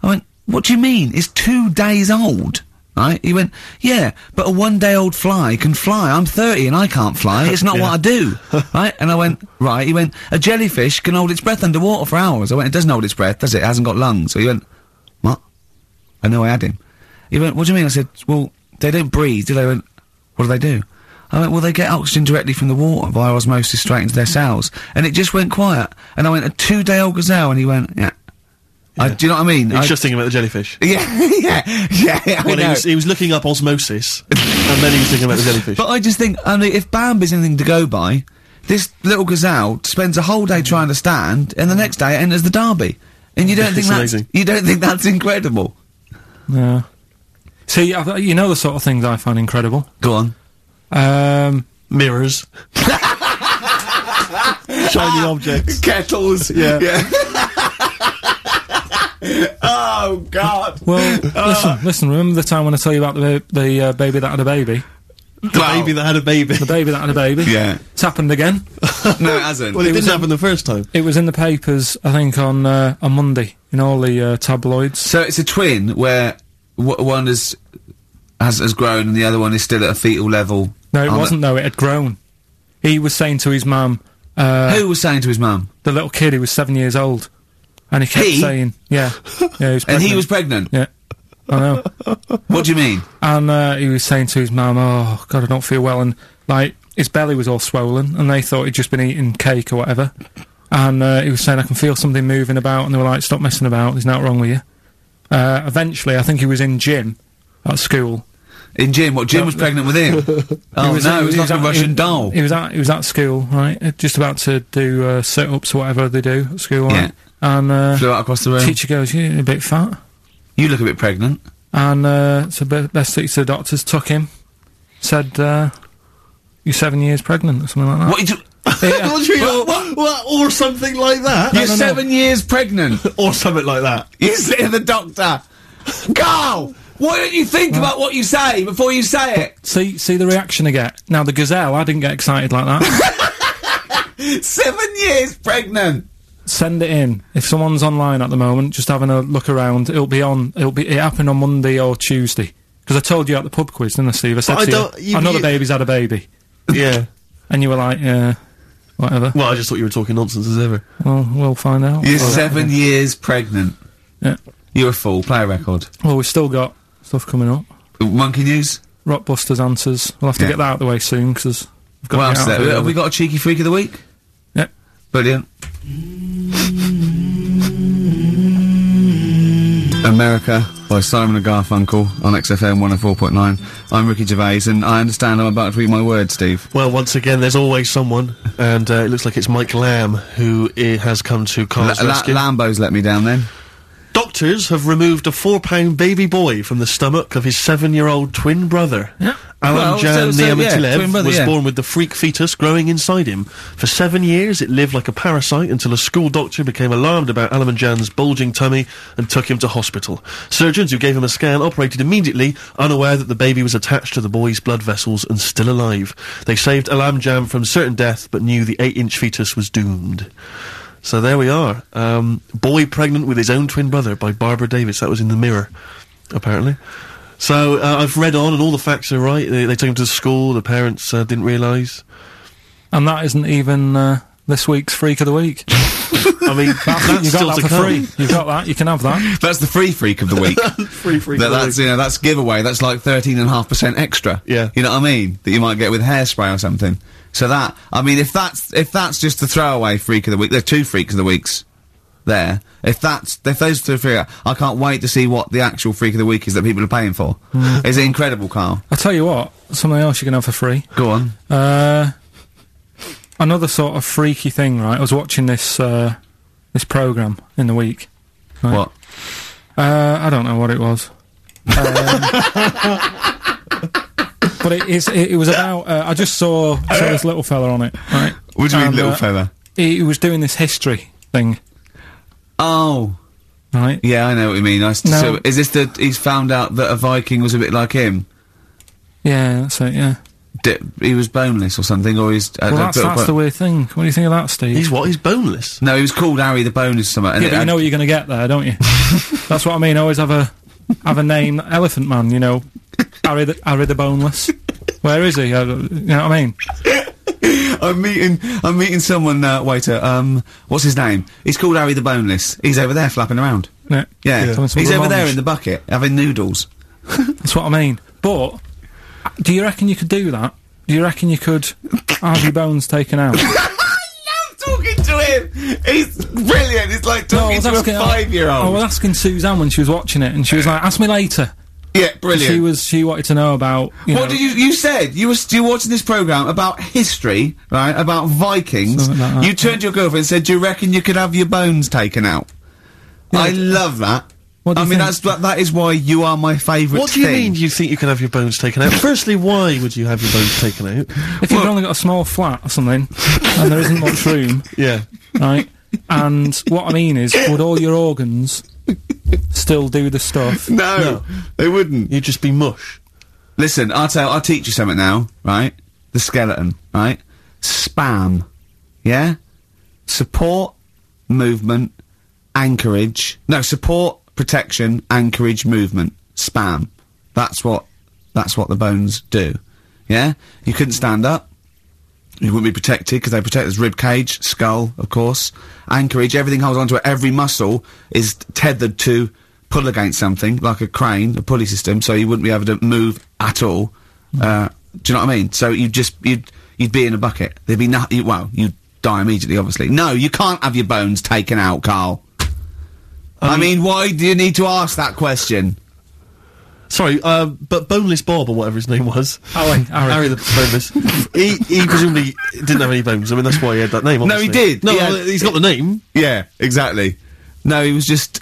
A: I went, what do you mean? It's two days old. Right? He went, yeah, but a one-day-old fly can fly. I'm 30 and I can't fly. It's not what I do. right? And I went, right. He went, a jellyfish can hold its breath underwater for hours. I went, it doesn't hold its breath, does it? It hasn't got lungs. So he went, what? I know I had him. He went, what do you mean? I said, well, they don't breathe, do they? I went, what do they do? I went, well, they get oxygen directly from the water via osmosis straight into their cells. And it just went quiet. And I went, a two-day-old gazelle, and he went, yeah. I, do you know what I mean? [LAUGHS]
B: He's
A: I-
B: just thinking about the jellyfish.
A: [LAUGHS] yeah, [LAUGHS] yeah, yeah. I
B: Well, he
A: know.
B: was, he was looking up osmosis, and then he was thinking about the jellyfish.
A: But I just think, I mean, if Bambi's anything to go by, this little gazelle spends a whole day trying to stand, and the next day it enters the derby. And you don't think
B: It's
A: that's
B: amazing.
A: you don't think that's incredible?
C: Yeah. See, I've, you know the sort of things I find incredible.
A: Go on.
C: Um,
B: [LAUGHS] Mirrors. Ah. Shiny objects.
A: Kettles.
B: Yeah. [LAUGHS]
A: oh God. [LAUGHS]
C: well,
A: Uh,
C: listen, listen. Remember the time when I tell you about the ba- the uh, baby that had a baby,
B: The baby that had a baby.
C: the baby that had a baby?
A: Yeah.
C: it's happened again.
A: No, it hasn't.
B: Well, it, didn't happen the first time.
C: It was in the papers, I think, on uh, on Monday in all the uh, tabloids.
A: so it's a twin where w- one is has has grown and the other one is still at a fetal level. Um,
C: No, it
A: On the-
C: wasn't. No, it had grown. He was saying to his mum, uh,
A: Who was saying to his mum?
C: the little kid, he was seven years old, and he kept
A: He?
C: saying, "Yeah, yeah." He was
A: [LAUGHS] And he
C: pregnant.
A: was pregnant.
C: yeah. I know.
A: What do you mean?
C: And uh, he was saying to his mum, "Oh God, I don't feel well," and like his belly was all swollen, and they thought he'd just been eating cake or whatever. And uh, he was saying, "I can feel something moving about," and they were like, "Stop messing about. There's nothing wrong with you." Uh, eventually, I think he was in gym at school.
A: In Jim, what Jim was pregnant with
C: [LAUGHS]
A: him? oh no, it was, like a
C: at-
A: Russian
C: he-
A: doll.
C: He was at he was at school, right? uh, Just about to do uh, sit ups or whatever they do at school, right? And uh,
A: Flew out across the room.
C: teacher goes, "You're a bit fat."
A: You look a bit pregnant.
C: And uh, so be- best take to the doctors, took him, said, uh, you're seven years pregnant or something like
A: What?
C: [LAUGHS]
A: You do-
B: [LAUGHS]
C: that. Yeah.
B: Well, well, or something like that.
A: You're
C: no, no.
A: seven years pregnant.
B: Or something like that.
A: you [LAUGHS] sit at the doctor. Carl, why don't you think about what you say before you say [LAUGHS]
C: see, see the reaction I get. Now, the gazelle, I didn't get excited
B: [LAUGHS]
C: like that.
A: it? Seven years pregnant.
C: Send it in. If someone's online at the moment, just having a look around, it'll be on, it'll be, it happened on Monday or Tuesday. Because I told you at the pub quiz, didn't I, Steve? I said
B: But I
C: to
B: don't-
C: you,
B: you-
C: I know the
B: you-
C: baby's had a baby.
B: Yeah.
C: And you were like, yeah, whatever.
B: Well, I just thought you were talking nonsense as ever.
C: Well, we'll find out.
A: You're
C: Well,
A: seven years pregnant.
C: Yeah.
A: You're a fool. Play a record.
C: Well, we've still got stuff coming up.
A: Monkey news.
C: Rockbusters answers. We'll have to
A: Yeah.
C: get that out of the way soon because we've got
A: What
C: to
A: else?
C: get out
A: There?
C: of
A: Have we got a cheeky freak of the week?
C: Yep.
A: Brilliant. America by Simon and Garfunkel on XFM 104.9. I'm Ricky Gervais, and I understand I'm about to read my word, Steve.
B: Well, once again, there's always someone, and uh, it looks like it's Mike Lamb who i- has come to
A: La-
B: Carl's
A: La-
B: rescue.
A: Lambo's let me down then.
B: Doctors have removed a four-pound baby boy from the stomach of his seven-year-old twin brother.
C: Yeah.
B: Alan
A: Well,
B: Jan
A: so- so, yeah,
B: Niamatilev
A: twin brother,
B: was
A: yeah.
B: born with the freak fetus growing inside him. For seven years, it lived like a parasite until a school doctor became alarmed about Alan Jan's bulging tummy and took him to hospital. Surgeons who gave him a scan operated immediately, unaware that the baby was attached to the boy's blood vessels and still alive. They saved Alam Jan from certain death, but knew the eight-inch fetus was doomed. So there we are. Um, boy pregnant with his own twin brother by Barbara Davis. That was in the Mirror, apparently. So uh, I've read on, and all the facts are right. They, they took him to school. The parents uh, didn't realise.
C: And that isn't even uh, this week's freak of
A: [LAUGHS]
C: the week.
B: I
C: [LAUGHS]
B: mean, that's
C: you got
B: still
C: that
B: to
C: for
B: come.
C: free. You've got that. You can
A: [LAUGHS]
C: have that.
A: That's the free freak of the week.
B: [LAUGHS] Free, free.
A: that,
B: free.
A: that's you know that's giveaway. That's like thirteen and a half percent extra.
B: Yeah.
A: you know what I mean. That you might get with hairspray or something. So that I mean, if that's if that's just the throwaway freak of the week, there are two freaks of the weeks there. If that's if those two freak, I can't wait to see what the actual freak of the week is that people are paying for.
C: Mm.
A: Is it incredible, Carl?
C: I'll tell you what, something else you can have for free.
A: Go on.
C: Uh, another sort of freaky thing, right? I was watching this uh, this program in the week. Right.
A: What?
C: Uh, I don't know what it was, um, [LAUGHS] but it is. It, it was about. Uh, I just saw saw this little fella on it. Right?
A: What do you mean,
C: And,
A: little
C: uh,
A: fella?
C: He, he was doing this history thing,
A: Oh,
C: right?
A: yeah, I know what you mean. I s-
C: No.
A: So is this the he's found out that a Viking was a bit like him?
C: Yeah, that's it. Yeah.
A: Di- he was boneless or something, or he's uh,
C: Well,
A: a
C: that's
A: bit of
C: that's
A: bo-
C: the weird thing. What do you think of that, Steve?
B: He's what? He's boneless.
A: No, he was called Harry the Bonus Summer. And
C: Yeah,
A: it
C: but you
A: had-
C: know what you're going to get there, don't you?
A: [LAUGHS]
C: That's what I mean. Always have a have a name, Elephant Man. You know, Harry the Harry the Boneless. Where is he? I don't- you know what I mean?
A: I'm meeting. I'm meeting someone. Uh, waiter. Um, what's his name? He's called Harry the Boneless. He's over there flapping around.
C: Yeah,
A: Yeah,
C: Having some
A: he's over there
C: romange.
A: in the bucket having noodles. [LAUGHS]
C: That's what I mean. But uh, do you reckon you could do that? Do you reckon you could have your bones taken
A: [LAUGHS]
C: out?
A: I'm talking to him. He's brilliant. It's like
C: I
A: talking
C: was
A: to
C: asking- uh, oh,
A: a
C: I- I was
A: five-year-old.
C: asking Suzanne when she was watching it, and she was like, "Ask me later."
A: Yeah, brilliant.
C: She was. She wanted to know about. You
A: what
C: know,
A: did you you said you were s- you were watching this program about history right about Vikings
C: Something like that,
A: you turned to your girlfriend and said do you reckon you could have your bones taken out I love that
C: What do
A: I
C: you
A: mean
C: think?
A: that's that, that is why you are my favorite
B: What do you mean you think you can have your bones taken out? Firstly, why would you have your bones taken out?
C: If you've only got a small flat or something, and there isn't much room,
B: Yeah.
C: right? And what I mean is, would all your organs still do the stuff?
A: no,
B: No.
A: they wouldn't
B: You'd just be mush.
A: listen I'll tell I'll teach you something now right the skeleton right spam yeah support movement anchorage no support protection anchorage movement spam that's what that's what the bones do yeah you couldn't stand up you wouldn't be protected because they protect his rib cage skull of course anchorage everything holds onto it every muscle is tethered to pull against something like a crane a pulley system so you wouldn't be able to move at all uh, do you know what i mean so you just you'd you'd be in a bucket there'd be nothing well you'd die immediately obviously no you can't have your bones taken out carl I mean, why do you need to ask that question?
B: Sorry, uh, but Boneless Bob or whatever his name was.
C: Harry, Harry.
B: Harry the
C: [LAUGHS]
B: Boneless. he, he presumably didn't have any bones. I mean, that's why he had that name.
A: No, he
B: obviously.
A: did.
B: No,
A: He
B: well,
A: had-
B: he's got
A: [LAUGHS]
B: the name.
A: Yeah, exactly. No, he was just.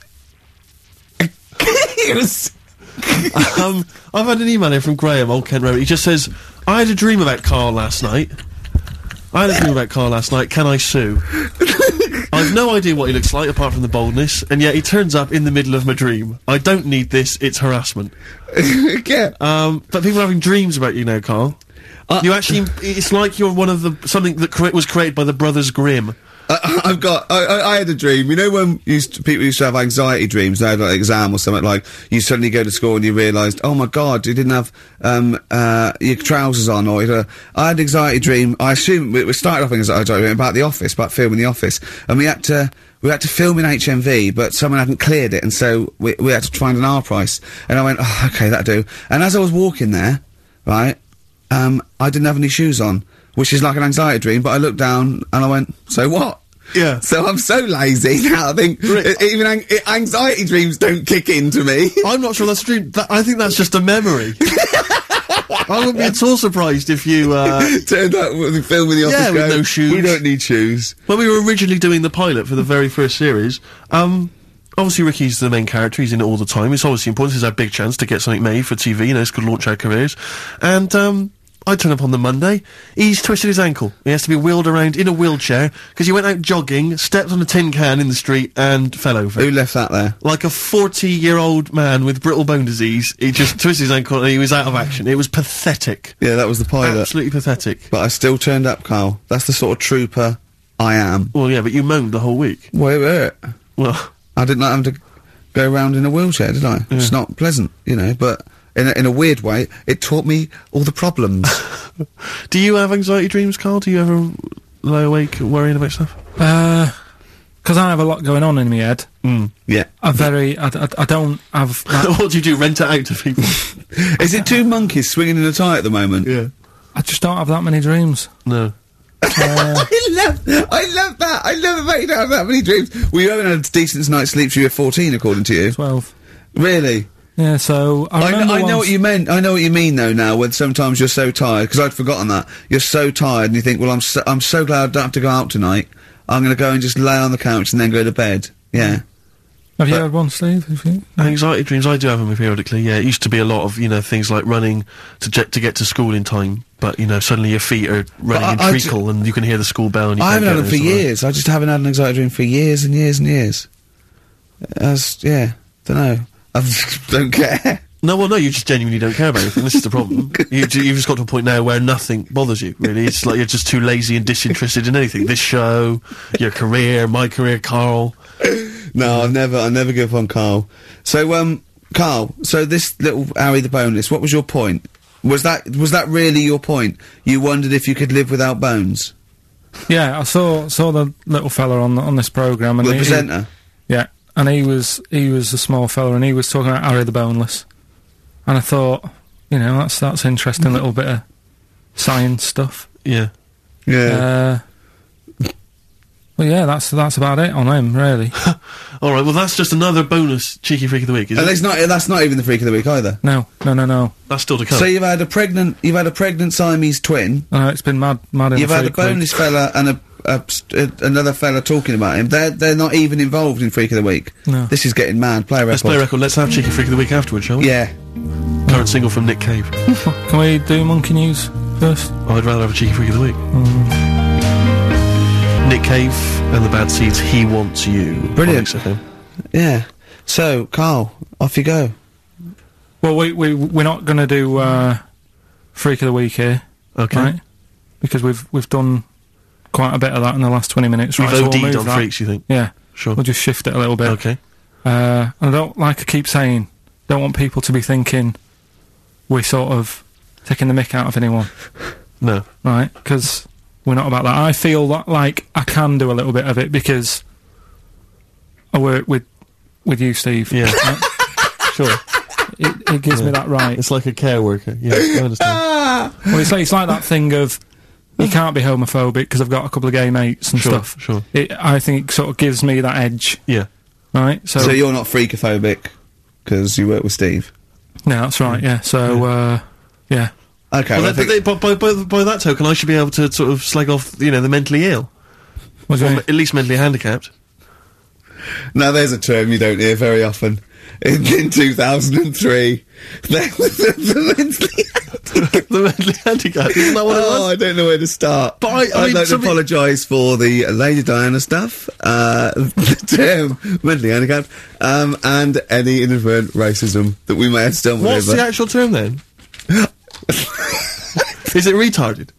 A: [LAUGHS] he was. [LAUGHS]
B: um, I've had an email here from Graham, old Kent Road. He just says, I had a dream about Carl last night. I had a dream about Carl last night. Can
A: [LAUGHS]
B: I sue? I've no idea what he looks like apart from the boldness, and yet he turns up in the middle of my dream. I don't need this. It's harassment.
A: yeah.
B: Um, but people are having dreams about you now, Carl.
A: Uh,
B: you actually, it's like you're one of the something that cre- was created by the Brothers Grimm.
A: I, I've got. I, I, I had a dream. You know when used to- people used to have anxiety dreams. They had like an exam or something. Like you suddenly go to school and you realised, oh my god, you didn't have um, uh, your trousers on. Or you had a- I had an anxiety dream. I assume it was started off an anxiety dream about the office, about filming the office, and we had to. We had to film in HMV, but someone hadn't cleared it, and so we, we had to find an R price. And I went, oh, okay, that'll do. And as I was walking there, right, um, I didn't have any shoes on, which is like an anxiety dream. But I looked down and I went, so what? [LAUGHS]
B: Yeah.
A: So I'm so lazy [LAUGHS] now. I think
B: Right.
A: e- even an- i- anxiety dreams don't kick into me. [LAUGHS]
B: I'm not sure that's a dream. That, I think that's just a memory. I wouldn't be at all surprised if you uh,
A: Turned up with the film in the office.
B: Yeah, with
A: going,
B: no shoes.
A: We don't need shoes.
B: When we were originally doing the pilot for the very first series, um, obviously Ricky's the main character. He's in it all the time. It's obviously important. This is our big chance to get something made for TV. You know, this could launch our careers. And um, I turn up on the Monday. He's twisted his ankle. He has to be wheeled around in a wheelchair because he went out jogging, stepped on a tin can in the street, and fell over.
A: Who left that there?
B: Like a 40 year old man with brittle bone disease,
A: [LAUGHS]
B: he just twisted his ankle and he was out of action. It was pathetic.
A: Yeah, that was the pilot.
B: Absolutely pathetic.
A: But I still turned up, Carl. That's the sort of trooper I am.
B: Well, yeah, but you moaned the whole week.
A: Wait, wait.
B: Well. [LAUGHS]
A: I didn't like having to go around in a wheelchair, did I? It's not pleasant, you know. But in a, in a weird way, it taught me all the
B: [LAUGHS]
A: problems.
B: Do you have anxiety dreams, Carl? Do you ever lie awake worrying about stuff?
C: Because Uh, I have a lot going on in my head.
B: [LAUGHS]
A: yeah.
C: I very, I, I, I don't have. That,
B: what do you do? Rent it out
A: [LAUGHS]
B: to people?
A: Is it two monkeys swinging in a tie at the moment?
B: yeah.
C: I just don't have that many dreams.
B: No.
A: I love, I love that. I love the fact you don't have that many dreams. Well, you haven't had a decent night's sleep since you were 14, according to you.
C: Twelve.
A: Really?
C: Yeah. So I
A: I, kn-
C: remember.
A: I know
C: once-
A: what you meant. I know what you mean though. Now, when sometimes you're so tired, because I'd forgotten that you're so tired, and you think, "Well, I'm so, I'm so glad I don't have to go out tonight. I'm going to go and just lay on the couch and then go to bed." Yeah.
C: Have you
A: but-
C: had one, Steve? Have you?
B: Anxiety dreams, I do have them periodically, yeah. It used to be a lot of, you know, things like running to, jet to get to school in time, but, you know, suddenly your feet are running
A: I-
B: in
A: I ju-
B: treacle and you can hear the school bell and you
A: I
B: can't
A: haven't had
B: get
A: them
B: there,
A: for
B: so, uh,
A: years. I just haven't had an anxiety dream for years and years and years. As yeah, don't know. I [LAUGHS] just don't care.
B: No, well, no, you just genuinely don't care about anything. This is the
C: [LAUGHS]
B: problem. you, ju- you've just got to a point now where nothing bothers you, really. It's like you're just too lazy and disinterested in anything. This show, your career, my career, Carl.
A: No, I've never, I never give up on Carl. So, um, Carl, so this little Harry the Boneless, what was your point? Was that was that really your point? You wondered if you could live without bones.
C: Yeah, I saw saw the little fella on on this program and
A: The
C: he- he-
A: presenter.
C: Yeah, and he was he was a small fella, and he was talking about Harry the Boneless, and I thought, you know, that's that's interesting little bit of science stuff.
B: Yeah.
A: Yeah.
C: Uh, well, yeah, that's that's about it on him, really.
B: All right, well, that's just another bonus cheeky freak of the week, is
A: and
B: it?
A: that's not that's not even the freak of the week either.
C: No, no, no, no.
B: That's still to come.
A: So you've had a pregnant, you've had a pregnant Siamese twin.
C: No, it's been mad, mad. In
A: You've had a
C: freak week.
A: boneless fella and a, a st- a- another fella talking about him. They're they're not even involved in freak of the week.
C: No.
A: This is getting mad. Play a record.
B: Let's play a record. Let's have cheeky freak of the week afterwards, shall we?
A: Yeah.
B: Current single from Nick Cave.
C: Can we do monkey news first?
B: I'd rather have a cheeky freak of the week.
C: Mm.
B: Nick Cave and the Bad Seeds. He wants you.
A: Brilliant.
B: On Mix FM.
A: Yeah. So Carl, off you go.
C: Well, we we we're not going to do uh, freak of the week here,
B: Okay.
C: right? Because we've we've done quite a bit of that in the last twenty minutes.
B: We've
C: right? so we'll
B: OD'd
C: move
B: on
C: that.
B: freaks, you think?
C: Yeah.
B: Sure.
C: We'll just shift it a little bit.
B: Okay.
C: Uh, and I don't, like I keep saying, don't want people to be thinking we're sort of taking the mick out of anyone,
B: No.
C: right? Because we're not about that. I feel that, like I can do a little bit of it because I work with with you, Steve.
B: Yeah.
C: right? [LAUGHS]
B: sure.
C: It, it gives me that right.
B: It's like a care worker.
A: [COUGHS]
B: Yeah, I understand.
C: Well, it's like, it's like that thing of you can't be homophobic because I've got a couple of gay mates and
B: Sure,
C: stuff.
B: sure.
C: It, I think sort of gives me that edge,
B: yeah.
C: right?
A: So you're not freakophobic because you work with Steve.
C: No, that's right. Yeah. So, uh, yeah.
A: Okay.
B: Well,
A: well, I
B: that, but
A: think-
B: they, by, by, by, by that token, I should be able to sort of slag off, you know, the mentally ill,
C: What do
B: or
C: you
B: me-
C: mean?
B: at least
A: [LAUGHS]
B: mentally handicapped.
A: now there's a term you don't hear very often. In, in [LAUGHS] 2003, there was a- the mentally-
B: the mentally handicapped. Isn't that what it
A: Oh,
B: was?
A: I don't know where to start.
B: But I- I
A: would
B: mean,
A: like to
B: something-
A: apologise for the Lady Diana stuff, uh, [LAUGHS] the term mentally handicapped, um, and any inadvertent racism that we may have stumbled
B: What's
A: over.
B: the actual
A: [LAUGHS]
B: term then? Is it retarded?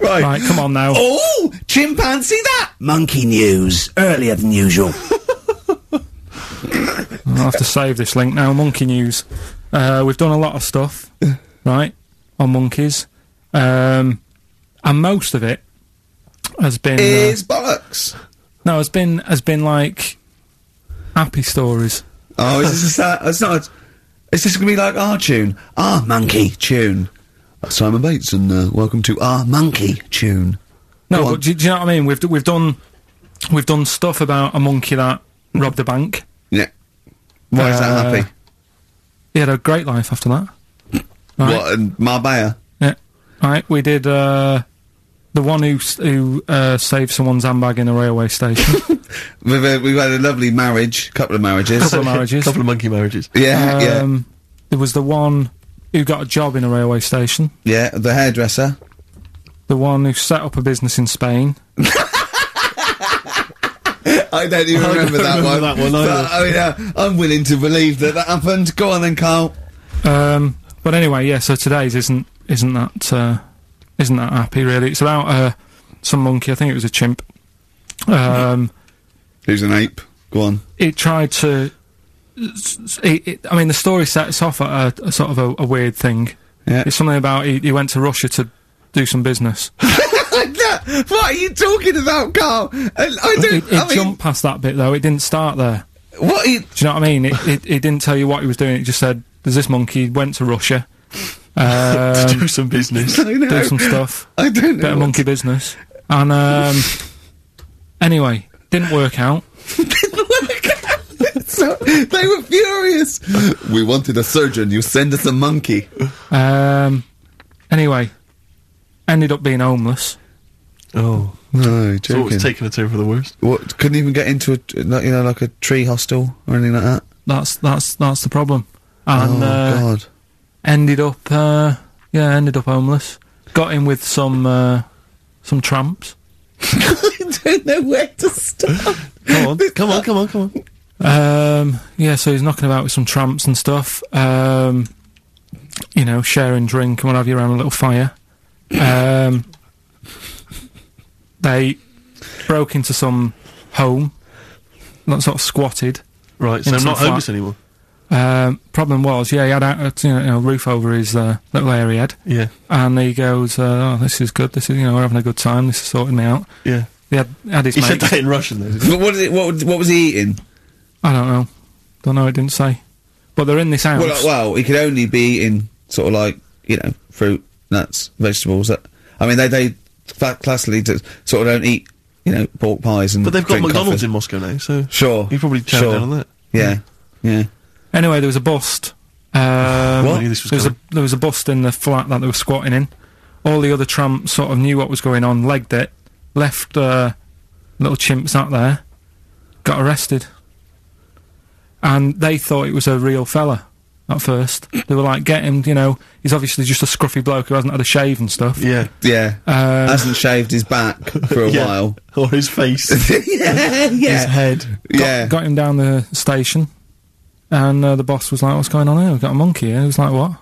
A: right.
C: Right, come on now.
A: Oh, chimpanzee that!
D: Monkey news earlier than usual.
C: I'll have to save this link now. Monkey news. Uh, we've done a lot
A: [LAUGHS]
C: of stuff, right, on monkeys, um, and most of it has been uh,
A: Is bollocks.
C: no, has been has been like happy stories.
A: Oh, is this a sad, it's not. A, is this going to be like our tune? Our monkey tune. Uh, Simon Bates and uh, welcome to our monkey tune.
C: No,
A: Go on.
C: but do, do you know what I mean? We've d- we've done we've done stuff about a monkey that robbed a bank.
A: Yeah. Why is
C: Uh,
A: that happy?
C: He had a great life after that. right.
A: What and Marbella?
C: Yeah. Right. We did uh, the one who s- who uh, saved someone's handbag in a railway station.
A: We've had, we've had a lovely marriage, couple of marriages.
C: Couple of marriages.
B: couple of monkey marriages.
A: [LAUGHS] yeah, yeah,
C: Um, There was the one who got a job in a railway station,
A: yeah. The hairdresser.
C: the one who set up a business in Spain.
A: [LAUGHS] I don't even
B: I don't
A: remember, that,
B: remember
A: one.
B: that one
A: But, I mean, uh, I'm willing to believe that that happened. Go on then, Carl.
C: Um, but anyway, yeah. So today's isn't isn't that uh, isn't that happy really? It's about uh, some monkey. I think it was a chimp. Um,
A: Who's an ape? Go on.
C: it tried to s- s- it, it, I mean, the story sets off at a, a sort of a, a weird thing.
A: Yeah. [LAUGHS]
C: It's something about he, he went to Russia to do some business.
A: That- what are you talking about, Carl? I, I
C: It,
A: don't.
C: it
A: I mean,
C: jumped past that bit though. It didn't start there.
A: what? He,
C: Do you know what I mean? It, it, it didn't tell you what he was doing. It just said, "There's this monkey went to Russia, um,
B: [LAUGHS]
A: [LAUGHS]
C: [LAUGHS]
B: do some business.
A: I know.
C: do some
A: [LAUGHS]
C: stuff,
A: I don't
C: bit
A: know.
C: of monkey business." And um, anyway, didn't work out.
A: So, they were furious. we wanted a surgeon. You send us a monkey.
C: Um, anyway, ended up being homeless.
B: oh,
A: No,
B: so it
A: joking.
B: was taking a turn for the worst.
A: what? Couldn't even get into a tr- like, you know like a tree hostel or anything like that.
C: That's that's that's the problem. And
A: oh
C: uh,
A: God.
C: ended up uh, yeah ended up homeless. Got in with some uh, some tramps.
A: I don't know where to start.
B: Come on, come on, come on, come on.
C: Um, yeah, so he's knocking about with some tramps and stuff. Um, you know, sharing drink and what have you around a little fire. Um, they broke into some home, not sort of squatted.
B: Right, so
C: In
B: I'm
C: some
B: not
C: flat.
B: homeless anymore.
C: Um, problem was, yeah, he had a you know, a roof over his uh, little area he had,
B: Yeah,
C: and he goes, uh, "Oh, this is good. This is you know we're having a good time. This is sorting me out."
B: yeah.
C: He had, had his
B: He said
C: mates.
B: that in Russian though.
A: [LAUGHS]
B: didn't
A: But what, is it, what? What was he eating?
C: I don't know, don't know. It didn't say, but they're in this house.
A: Well,
B: uh,
A: like, well, he could only be eating sort of like you know fruit, nuts, vegetables. That I mean, they they fa- classically d- sort of don't eat you know pork pies and.
B: But they've got
A: drink
B: McDonald's
A: coffee.
B: in Moscow now, so
A: Sure.
B: you probably chowed
A: sure.
B: down on that.
A: Yeah. Yeah.
C: Anyway, there was a bust. Um,
B: What? I knew this was
C: there was a
B: coming.
C: there was a bust in the flat that they were squatting in. All the other tramps sort of knew what was going on, legged it, left uh, little chimps out there, got arrested, and they thought it was a real fella at first. They were like, "Get him!" You know, he's obviously just a scruffy bloke who hasn't had a shave and stuff.
B: Yeah,
A: Yeah.
C: Um,
A: Hasn't shaved his back for [LAUGHS] a
B: yeah.
A: while.
B: [LAUGHS] or his face,
A: [LAUGHS] yeah.
B: his
A: Yeah.
B: head.
A: Yeah.
C: got him down the station, and uh, the boss was like, "What's going on here? We've got a monkey here." He was like, "What?"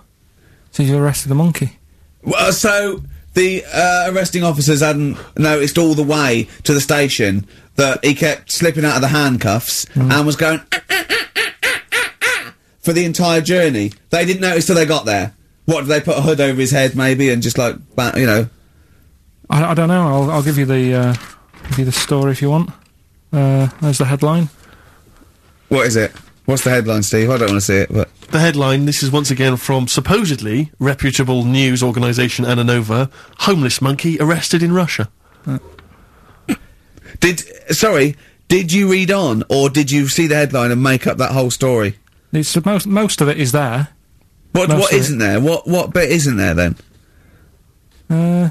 C: So you arrested the monkey.
A: Well, so the uh, arresting officers hadn't noticed all the way to the station that he kept slipping out of the handcuffs
C: Mm.
A: and was going "Ah, for the entire journey. They didn't notice till they got there. What did they put a hood over his head maybe and just like ba- you know?
C: I, I don't know. I'll, I'll give you the uh, give you the story if you want. Uh, there's the headline.
A: What is it? What's the headline, Steve? I don't want to see it, but
B: The headline, this is once again from supposedly reputable news organisation Ananova, homeless monkey arrested in Russia.
A: did sorry, did you read on or did you see the headline and make up that whole story?
C: It's most most of it is there.
A: What
C: No,
A: what
C: sorry.
A: isn't there? What what bit isn't there then?
C: Uh,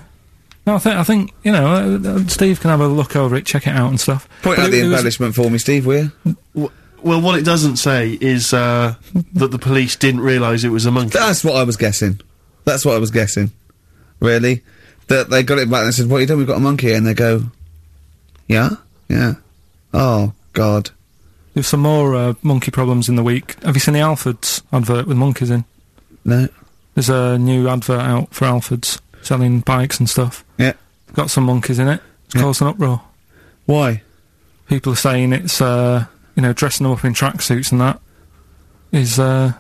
C: no, I think I think you know uh, uh, Steve can have a look over it, check it out and stuff.
A: Point
C: But
A: out
C: it-
A: the
C: it was-
A: embellishment for me, Steve. Will you?
B: W- well, what it doesn't say is uh, that the police didn't realise it was a monkey.
A: That's what I was guessing. That's what I was guessing. Really? That they got it back and said, What you done? We've got a monkey here." and they go, Yeah? Yeah. Oh God.
C: There's some more uh, monkey problems in the week. Have you seen the Alfords advert with monkeys in?
A: No.
C: There's a new advert out for Alfords selling bikes and stuff.
A: Yeah.
C: Got some monkeys in it. It's
A: Yeah.
C: caused an uproar.
A: Why?
C: people are saying it's uh you know dressing them up in tracksuits and that is uh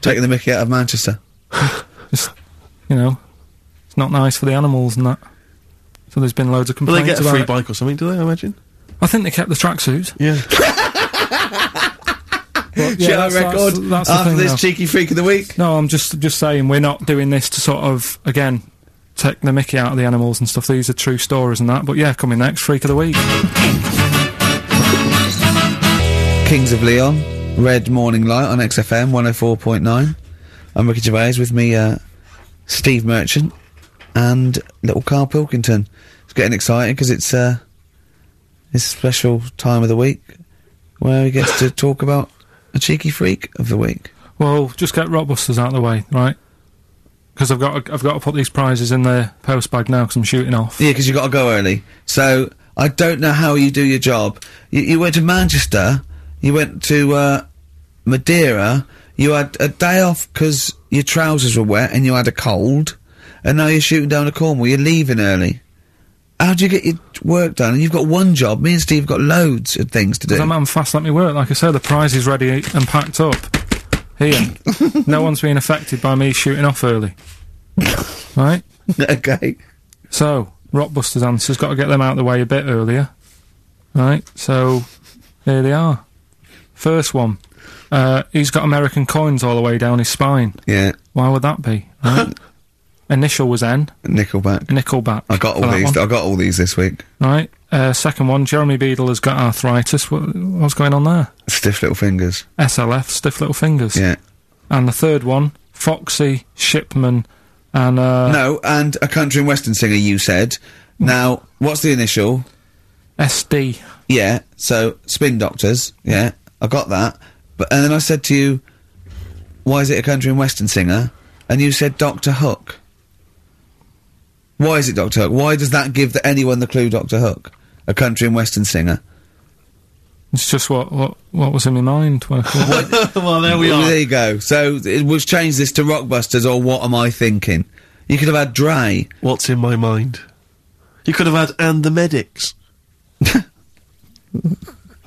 A: Taking the Mickey out of Manchester.
C: just you know it's not nice for the animals and that. So there's been loads of
B: Well, they get a
C: complaints about
B: free
C: it.
B: bike or something, do they? I imagine.
C: I think they kept the tracksuit.
A: [LAUGHS]
B: Yeah.
A: Shall
B: [LAUGHS]
C: but
A: I
C: that's- that's-
A: record
C: that's the
B: Ah,
A: after
C: thing,
A: this
C: though.
A: cheeky freak of the week?
C: No, I'm just just saying we're not doing this to sort of again take the Mickey out of the animals and stuff. These are true stories and that. But yeah, coming next, freak of the week.
A: Kings of Leon, Red Morning Light on XFM 104.9. I'm Ricky Gervais with me, uh, Steve Merchant and little Carl Pilkington. It's getting exciting because it's, uh, it's a special time of the week where he gets to talk about a cheeky freak of the week.
C: Well, just get Rockbusters out of the way, right? Because I've got to, I've got to put these prizes in the post bag now because I'm shooting off.
A: Yeah, because you got to go early. So I don't know how you do your job. You, you went to Manchester, you went to uh, Madeira, you had a day off because your trousers were wet and you had a cold, and now you're shooting down a Cornwall. You're leaving early. How do you get your work done? And you've got one job. Me and Steve have got loads of things to do.
C: Because I'm on fast, let me work. Like I say, the prize is ready and packed up.
A: [LAUGHS]
C: Here. no one's been affected by me shooting off early. right?
A: [LAUGHS] okay.
C: So, Rockbusters answers, got to get them out of the way a bit earlier. Right? So, here they are. First one. Uh, he's got American coins all the way down his spine.
A: Yeah.
C: Why would that be?
A: [LAUGHS]
C: Right? Initial was N,
A: Nickelback.
C: Nickelback.
A: I got
C: for
A: all
C: that
A: these.
C: one.
A: I got all these this week.
C: Right. Uh, second one, Jeremy Beadle has got arthritis. What, what's going on there?
A: Stiff little fingers.
C: SLF, stiff little fingers.
A: Yeah.
C: And the third one, Foxy, Shipman, and uh,
A: no, and a country and western singer. You said. Now, what's the initial?
C: SD.
A: Yeah. So spin doctors. Yeah. I got that. But and then I said to you, why is it a country and western singer? And you said Doctor Hook. Why is it Doctor Hook? Why does that give the, anyone the clue Doctor Hook? A country and western singer.
C: It's just what, what, what was in my mind. When I thought-
B: [LAUGHS] well, there we
A: Well,
B: are.
A: There you go. So it was changed this to Rockbusters or What Am I Thinking? You could have had Dre.
B: What's in my mind? You could have had and
A: [LAUGHS]
B: the medics.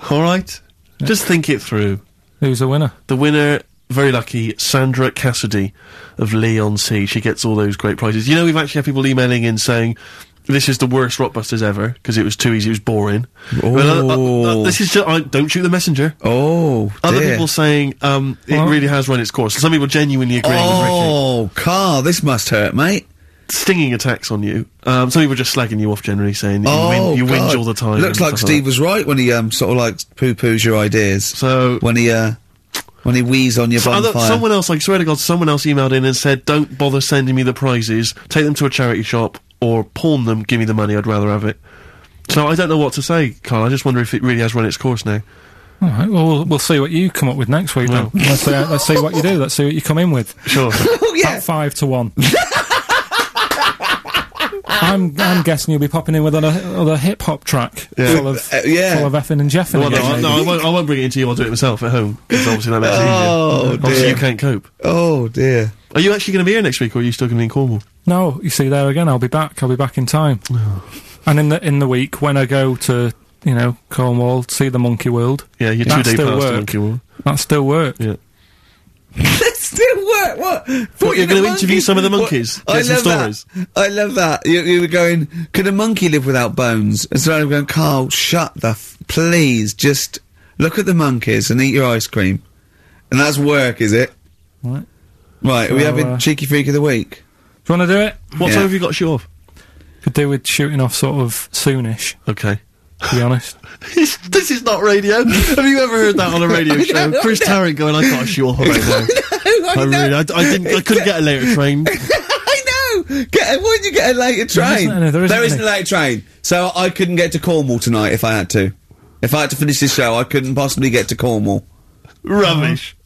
B: All right, just think it through.
C: Who's the winner?
B: The winner, very lucky, Sandra Cassidy of Leon C. She gets all those great prizes. You know, we've actually had people emailing in saying. This is the worst Rockbusters ever because it was too easy. It was boring. But, uh, uh, uh, this is just, I don't shoot the messenger.
A: Oh,
B: Other
A: dear.
B: people saying um, it
C: Well-
B: really has run its course. Some people genuinely agreeing with Ricky.
A: Oh, Carl, this must hurt, mate.
B: Stinging attacks on you. Um, some people just slagging you off generally, saying that
A: oh,
B: you, win, you
A: God.
B: whinge all the time.
A: Looks
B: and
A: like
B: stuff
A: Steve
B: that.
A: was right when he um sort of like poo poos your ideas.
B: So-
A: when he uh when he wheezes on your
B: Other-
A: bonfire.
B: someone else, I swear to God, someone else emailed in and said, "Don't bother sending me the prizes. Take them to a charity shop or pawn them. Give me the money. I'd rather have it." So I don't know what to say, Carl. I just wonder if it really has run its course now.
C: All right. Well, we'll, we'll see what you come up with next week. Then. let's, see, let's see what you do. Let's see what you come in with.
B: Sure.
A: oh yeah.
C: About five to one. I'm I'm guessing you'll be popping in with another, another hip hop track
B: Yeah.
C: full of
A: Uh, yeah.
C: full of effing and
B: [LAUGHS] [LAUGHS]
C: jeffing.
B: well, no,
C: again,
B: I, no, I
C: maybe.
B: won't, I won't bring it into you. I'll do it myself at home. 'cause obviously that makes it easier.
A: Oh
B: Obviously, you
A: dear.
B: can't cope.
A: Oh dear. [LAUGHS]
B: Are you actually going to be here next week, or are you still going to be in Cornwall?
C: No, you see there again. I'll be back. I'll be back in time. and in the in the week when I go to you know Cornwall, see the Monkey World.
B: Yeah, you're
C: That's
B: two day
C: still
B: past the
C: work.
B: Monkey Wall.
C: That still work.
B: Yeah.
A: That still work. What? Thought
B: you're
A: you
B: gonna
A: were
B: interview
A: monkeys?
B: some of the
A: What?
B: monkeys?
A: I
B: Get some
A: love
B: stories.
A: that. I love that. You, you were going. Could a monkey live without bones? And so I'm going. Carl, shut the. F- please, just look at the monkeys and eat your ice cream. And that's work, is it?
C: Right.
A: Right. are we
C: So,
A: having
C: uh,
A: cheeky freak of the week?
C: Do you want to do it?
B: What
A: Yeah.
B: time have you got shoot off?
C: Could do with shooting off sort of soonish.
B: Okay.
C: To be honest,
B: [LAUGHS] this is not radio. have you ever heard that on a [LAUGHS] radio show? Chris Tarrant going, I got to shoot off right now. [LAUGHS] I, really, I, I didn't, I couldn't get a later [LAUGHS] train.
A: I know. Get a, why did you get a later
C: There
A: train?
C: isn't any, there isn't
A: a
C: any.
A: later train, so I couldn't get to Cornwall tonight if I had to. If I had to finish this show, I couldn't possibly get to Cornwall.
B: Rubbish.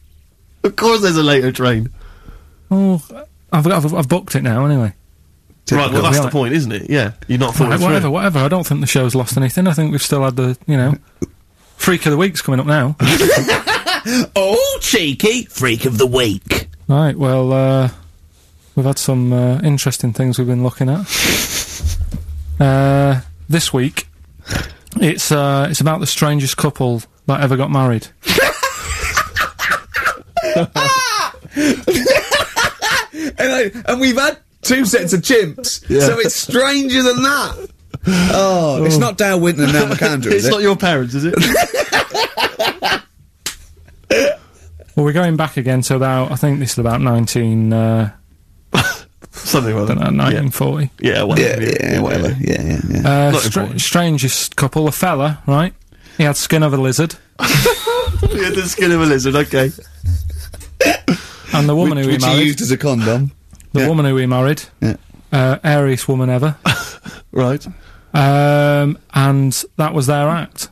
B: Uh-huh. Of course, there's a later train.
C: oh, I've I've, I've booked it now anyway.
B: Right, well,
A: Typical.
B: that's the
C: Right.
B: point, isn't it? Yeah, you're not thought
C: Right,
B: it through.
C: whatever, whatever. I don't think the show's lost anything. I think we've still had the you know freak of the week's coming up now.
D: Oh, cheeky freak of the week.
C: Right, well, uh, we've had some uh, interesting things we've been
A: [LAUGHS]
C: looking at. Uh, this week, it's uh, it's about the strangest couple that ever got married.
A: and I, and we've had two sets of chimps, so it's stranger than that. Oh, it's not Dale Winton and Nell McAndrew,
B: It's
C: [LAUGHS]
A: is
B: not
A: it?
B: your parents, is it?
C: Well, we're going back again to about, I think this is about 19, uh,
B: Something like
C: I don't know,
B: that.
C: 1940.
B: Yeah,
A: Yeah,
B: yeah, whatever.
A: yeah,
B: [LAUGHS]
A: whatever. Yeah, yeah, yeah.
C: Uh,
B: Not
C: stra-
B: important.
C: strangest couple, a fella, right? He had skin of a lizard,
B: yeah, the skin of a lizard, okay.
C: and the woman who he
A: Which he
C: married,
A: used as a condom.
C: the
A: yeah.
C: woman who he married,
A: Yeah.
C: uh, airiest woman ever.
B: Right.
C: Um, and that was their act.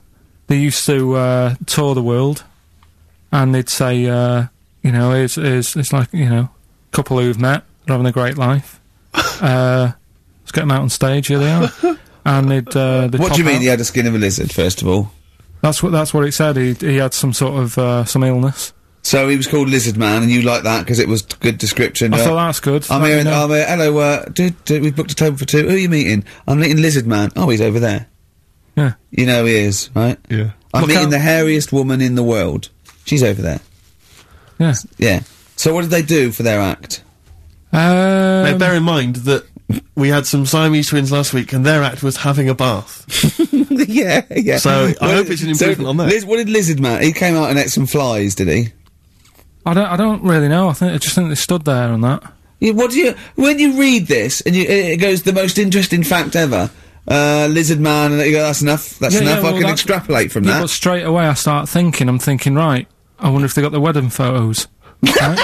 C: They used to uh, tour the world, and they'd say, uh, you know, it's, it's it's like you know, couple who've met, they're having a
A: [LAUGHS]
C: great life. Uh, let's get them out on stage. Here they are. And they'd, uh, they'd
A: What do
C: pop
A: you mean
C: out.
A: he had a skin of a lizard? First of all,
C: That's what that's what it said. He he had some sort of uh, some illness,
A: So he was called Lizard Man, and you like that because it was t- good description. uh,
C: I
A: yeah?
C: thought that's good.
A: I'm
C: Let
A: here.
C: me
A: and-
C: know.
A: I'm here. Hello, uh, dude, dude. We've booked a table for two. Who are you meeting? I'm meeting Lizard Man. Oh, he's over there.
C: Yeah.
A: You know he is, right?
B: Yeah.
A: I'm
C: Look
A: meeting
C: out.
A: the hairiest woman in the world. She's over there.
C: Yeah.
A: Yeah. So what did they do for their
C: [LAUGHS]
A: act?
B: Now,
C: Um,
B: bear in mind that we had some Siamese twins last week, and their act was having a
C: [LAUGHS]
B: bath.
A: yeah, yeah.
B: So, I
A: What
B: hope
A: did-
B: it's an improvement on that.
A: Liz, what did Lizard Man? He came out and ate some flies, did he?
C: I don't. I don't really know. I think I just think they stood there and that.
A: Yeah, what do you when you read this and you, it goes the most interesting fact ever? Uh, lizard man, and you go, that's enough. That's
C: Yeah, yeah,
A: enough.
C: well,
A: I can
C: that-
A: extrapolate from
C: Yeah,
A: that.
C: but straight away I start thinking. I'm thinking, right. I wonder if they got the wedding photos. right?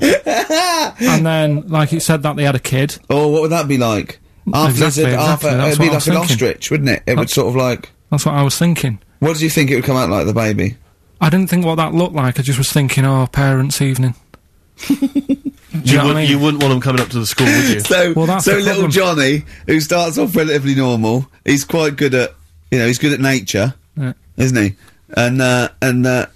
C: and then, like it said, that they had a kid.
A: Oh, what would that be like? Half
C: Exactly,
A: lizard, half
C: exactly,
A: a,
C: that's
A: it'd be
C: what
A: like an
C: I was thinking.
A: ostrich, wouldn't it? It would sort of like.
C: That's what I was thinking.
A: What did you think it would come out like the baby?
C: I didn't think what that looked like. I just was thinking, oh, parents' evening. Do
B: You,
C: you know what I
B: would,
C: mean?
B: you wouldn't want them coming up to the school,
C: [LAUGHS]
B: would you?
A: So,
C: Well, that's
A: so
C: the
A: little
C: problem.
A: Johnny, who starts off relatively normal, he's quite good at, you know, he's good at nature,
C: Yeah.
A: isn't he? And uh, and uh,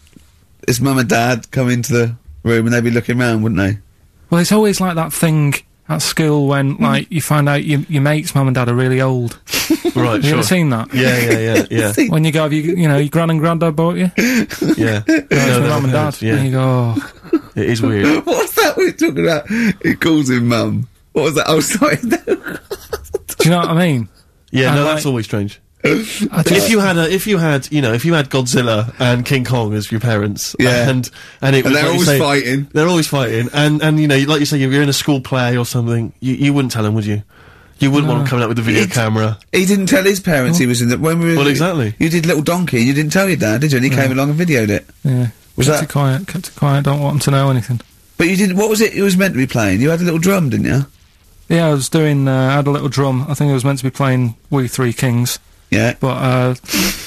A: his mum and dad come into the room and they'd be looking round, wouldn't they? [LAUGHS]
C: Well, it's always like that thing at school when, like, you find out your, your mate's mum and dad are really old.
B: right,
C: Have you
B: sure.
C: ever seen that?
B: yeah, yeah,
C: [LAUGHS]
B: yeah, yeah,
C: When you go, have you, you know, your gran and granddad bought you? No, [LAUGHS]
B: yeah. No,
C: it's my
B: no,
C: mum
B: no,
C: and dad. And you
B: Yeah,
C: go, oh.
B: it is
C: [LAUGHS]
B: weird.
A: What's that we're talking about? He calls him mum. What was that? [LAUGHS] Oh, sorry.
C: Do you know what I mean?
B: Yeah,
C: And
B: no,
C: like-
B: that's always strange.
C: I just,
B: If you had a, if you had, you know, if you had Godzilla and King Kong as your parents,
A: Yeah.
B: and and it
A: And they're
B: was like you
A: always
B: say-
A: fighting.
B: they're always fighting, and and you know, like you say, if you're in a school play or something, you, you wouldn't tell them, would you? You wouldn't want them coming up with a video
A: It's-
B: camera.
A: he didn't tell his parents he was in the. When we were,
B: Well, exactly.
A: You did Little Donkey and you didn't tell your dad, did you? And he came along and videoed it.
C: yeah.
A: Was
C: kept
A: that-
C: it quiet, kept it quiet, don't want them to know anything.
A: But you didn't. What was it? It was meant to be playing. You had a little drum, didn't you?
C: Yeah, I was doing, uh, I had a little drum. I think I was meant to be playing We Three Kings,
A: Yeah.
C: but uh,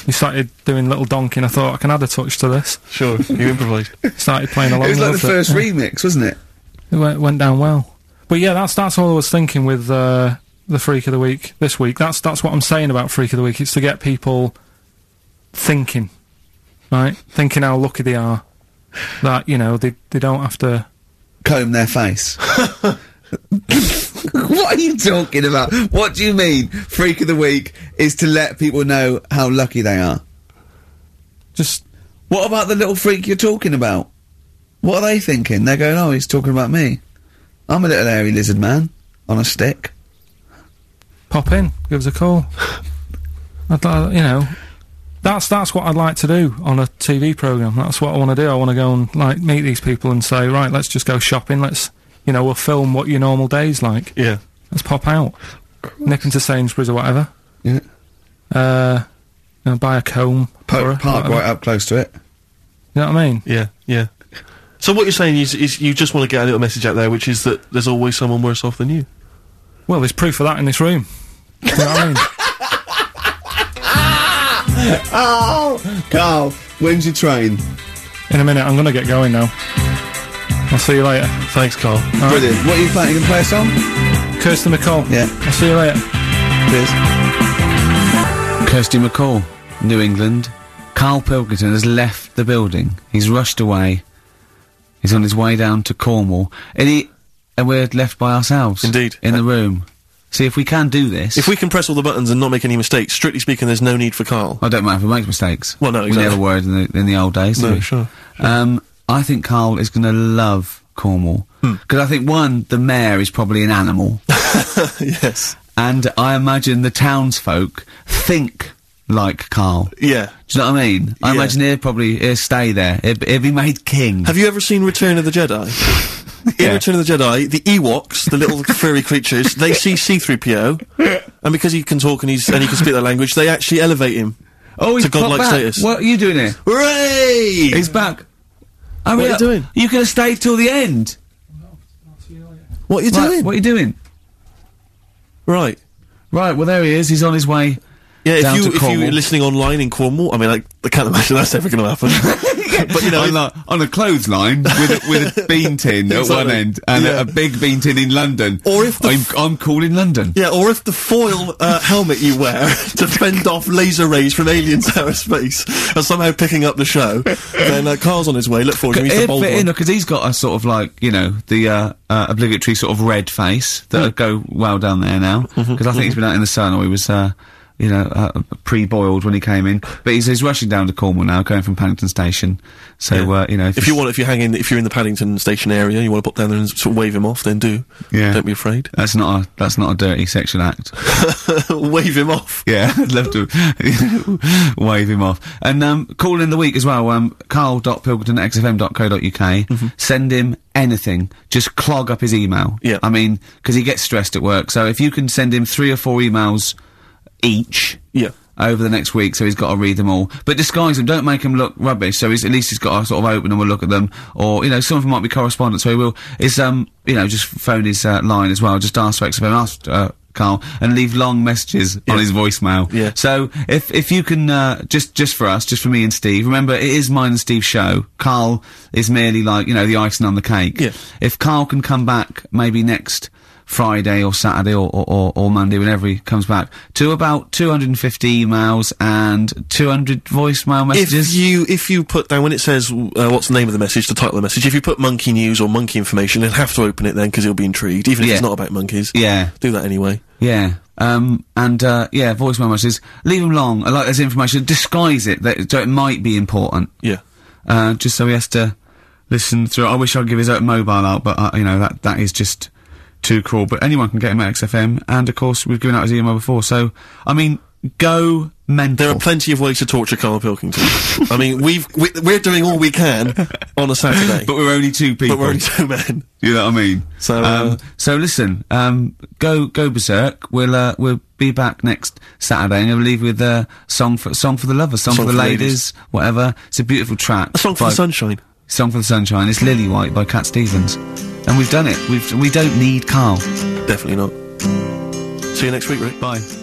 C: we started doing Little Donkey, and I thought, I can add a touch to this.
B: Sure,
A: [LAUGHS]
B: you improvised.
C: Started playing along
A: It was like the
C: with [LAUGHS]
A: first
C: yeah.
A: remix, wasn't it?
C: It went, went down well. But yeah, that's that's all I was thinking with uh, the Freak of the Week this week. That's that's what I'm saying about Freak of the Week. It's to get people thinking, right? Thinking how lucky they are that you know they they don't have to.
A: Comb their face. [LAUGHS] what are you talking about? What do you mean? Freak of the week is to let people know how lucky they are.
C: Just
A: What about the little freak you're talking about? What are they thinking? They're going, oh, he's talking about me. I'm a little hairy lizard man on a stick.
C: pop in, give us
A: [LAUGHS]
C: a call. I'd, li- you know, that's that's what I'd like to do on a TV program. That's what I want to do. I want to go and like meet these people and say, right, let's just go shopping. Let's, you know, we'll film what your normal day's like.
B: Yeah.
C: Let's pop out. Nip into Sainsbury's or whatever.
A: Yeah.
C: Uh, you know, buy a comb. or
A: Po-
C: a-
A: park
C: whatever.
A: right up close to it.
C: You know what I mean?
B: Yeah, yeah. So what you're saying is, is you just want to get a little message out there, which is that there's always someone worse off than you.
C: Well, there's proof of that in this room. You know what
A: [LAUGHS]
C: I mean?
A: Oh, Carl, when's your train?
C: In a minute, I'm going to get going now. I'll see you later.
B: Thanks, Carl.
A: Brilliant. What are you planning? You can play a song?
C: Kirsten McCall.
A: Yeah.
C: I'll see you later.
A: Cheers. Kirsty McCall, New England. Carl Pilkington has left the building. He's rushed away. He's on his way down to Cornwall. And, he, and we're left by ourselves.
B: Indeed.
A: In the room. See, if we can do this...
B: If we can press all the buttons and not make any mistakes, strictly speaking, there's no need for Carl.
A: I don't mind if we make mistakes.
B: Well, no,
A: We
B: exactly.
A: never were in the, in the old days. did
B: No,
A: we?
B: sure,
A: Um, I think Carl is going to love Cornwall
B: Hmm.
A: because I think one, the mayor is probably an
B: [LAUGHS]
A: animal,
B: yes.
A: and I imagine the townsfolk think like Carl.
B: Yeah.
A: Do you know what I mean? I
B: Yeah.
A: imagine he'll probably he'll stay there. He'll, be- he'll be made king.
B: Have you ever seen Return of
A: [LAUGHS]
B: the Jedi? In
A: Yeah.
B: Return of the Jedi, the Ewoks, the
A: [LAUGHS]
B: little furry creatures, they see C-3PO, and because he can talk and he's and he can speak their language, they actually elevate him.
A: oh,
B: to
A: he's
B: godlike
A: back.
B: status.
A: What are you doing here?
B: Hooray!
A: He's back. I
B: What are you
A: mean,
B: doing?
A: You could have stayed till the end.
B: what are you
A: Right,
B: doing?
A: What are you doing?
B: Right.
A: Right. Well, there he is. He's on his way.
B: Yeah,
A: Down
B: if
A: to
B: you if
A: Cornwall. [LAUGHS]
B: you're listening online in Cornwall, I mean, I, I can't imagine that's ever going to happen. But you know,
A: on, like, on a clothesline with a, with [LAUGHS] a bean tin at
B: Exactly.
A: one end and a-
B: Yeah.
A: a big bean tin in London.
B: Or if the
A: I'm I'm cool in London.
B: Yeah, or if the foil uh, helmet you wear [LAUGHS]
A: [LAUGHS]
B: to fend off laser rays from [LAUGHS] aliens outer space are somehow picking up the show, then uh, Carl's on his way. Look forward to him. He's the
A: He'd
B: bold
A: fit in
B: one.
A: because he's got a sort of like you know the uh, uh, obligatory sort of red face that
B: Hmm.
A: would go well down there now because
B: Mm-hmm.
A: I think he's been out in the sun or he was uh, you know uh, pre-boiled when he came in but he's, he's rushing down to Cornwall now going from Paddington Station so uh, you know
B: If you want, if you hang in, if you're in the Paddington Station area, you want to pop down there and sort of wave him off, then do.
A: Yeah.
B: Don't
A: [LAUGHS]
B: be afraid.
A: that's not a that's not a dirty sexual act
B: wave him off.
A: Yeah, [LAUGHS] I'd love to wave him off. And um, call in the week as well, um, carl.pilgerton at xfm.co.uk. Send him anything. Just clog up his email.
B: Yeah.
A: I mean, because he gets stressed at work. So if you can send him three or four emails each
B: Yeah.
A: over the next week, so he's got to read them all. But disguise them. Don't make him look rubbish. So he's, at least he's got to sort of open them and look at them. Or you know, some of them might be correspondence. So he will. Is um, you know, just phone his uh, line as well. Just ask for XFM, ask uh, Carl, and leave long messages on his voicemail.
B: Yeah.
A: So if if you can uh, just just for us, just for me and Steve. Remember, it is mine and Steve's show. Carl is merely like you know the icing on the cake.
B: Yeah.
A: If Carl can come back, maybe next. Friday or Saturday or, or, or, or Monday, whenever he comes back, to about 250 emails and 200 voicemail
B: If
A: messages.
B: you if you put down when it says uh, what's the name of the message, the title of the message, if you put monkey news or monkey information, he'll have to open it then because he'll be intrigued, even if
A: Yeah.
B: it's not about monkeys.
A: yeah,
B: Do that anyway.
A: yeah. Um, and, uh, yeah, voicemail messages. Leave them long. I like this information. Disguise it, that, so it might be important.
B: Yeah.
A: Uh, just so he has to listen through. I wish I'd give his own mobile out, but, uh, you know, that, that is just too cruel. But anyone can get him at XFM. And, of course, we've given out his email before. So, I mean, go mental.
B: There are plenty of ways to torture Carl Pilkington. I mean, we've we, we're doing all we can on a Saturday,
A: [LAUGHS] but we're only two people.
B: but we're only two men.
A: You know what I mean?
B: So, uh,
A: um, so listen, um, go go berserk. We'll uh, we'll be back next Saturday, and we'll leave with uh, song for song for the lovers, song, for the ladies, whatever. It's a beautiful track.
B: A song for
A: by-
B: the sunshine.
A: Song for the sunshine. It's Lily White by Cat Stevens, and we've done it. We've we don't need Carl.
B: Definitely not. See you next week, Rick.
A: Bye.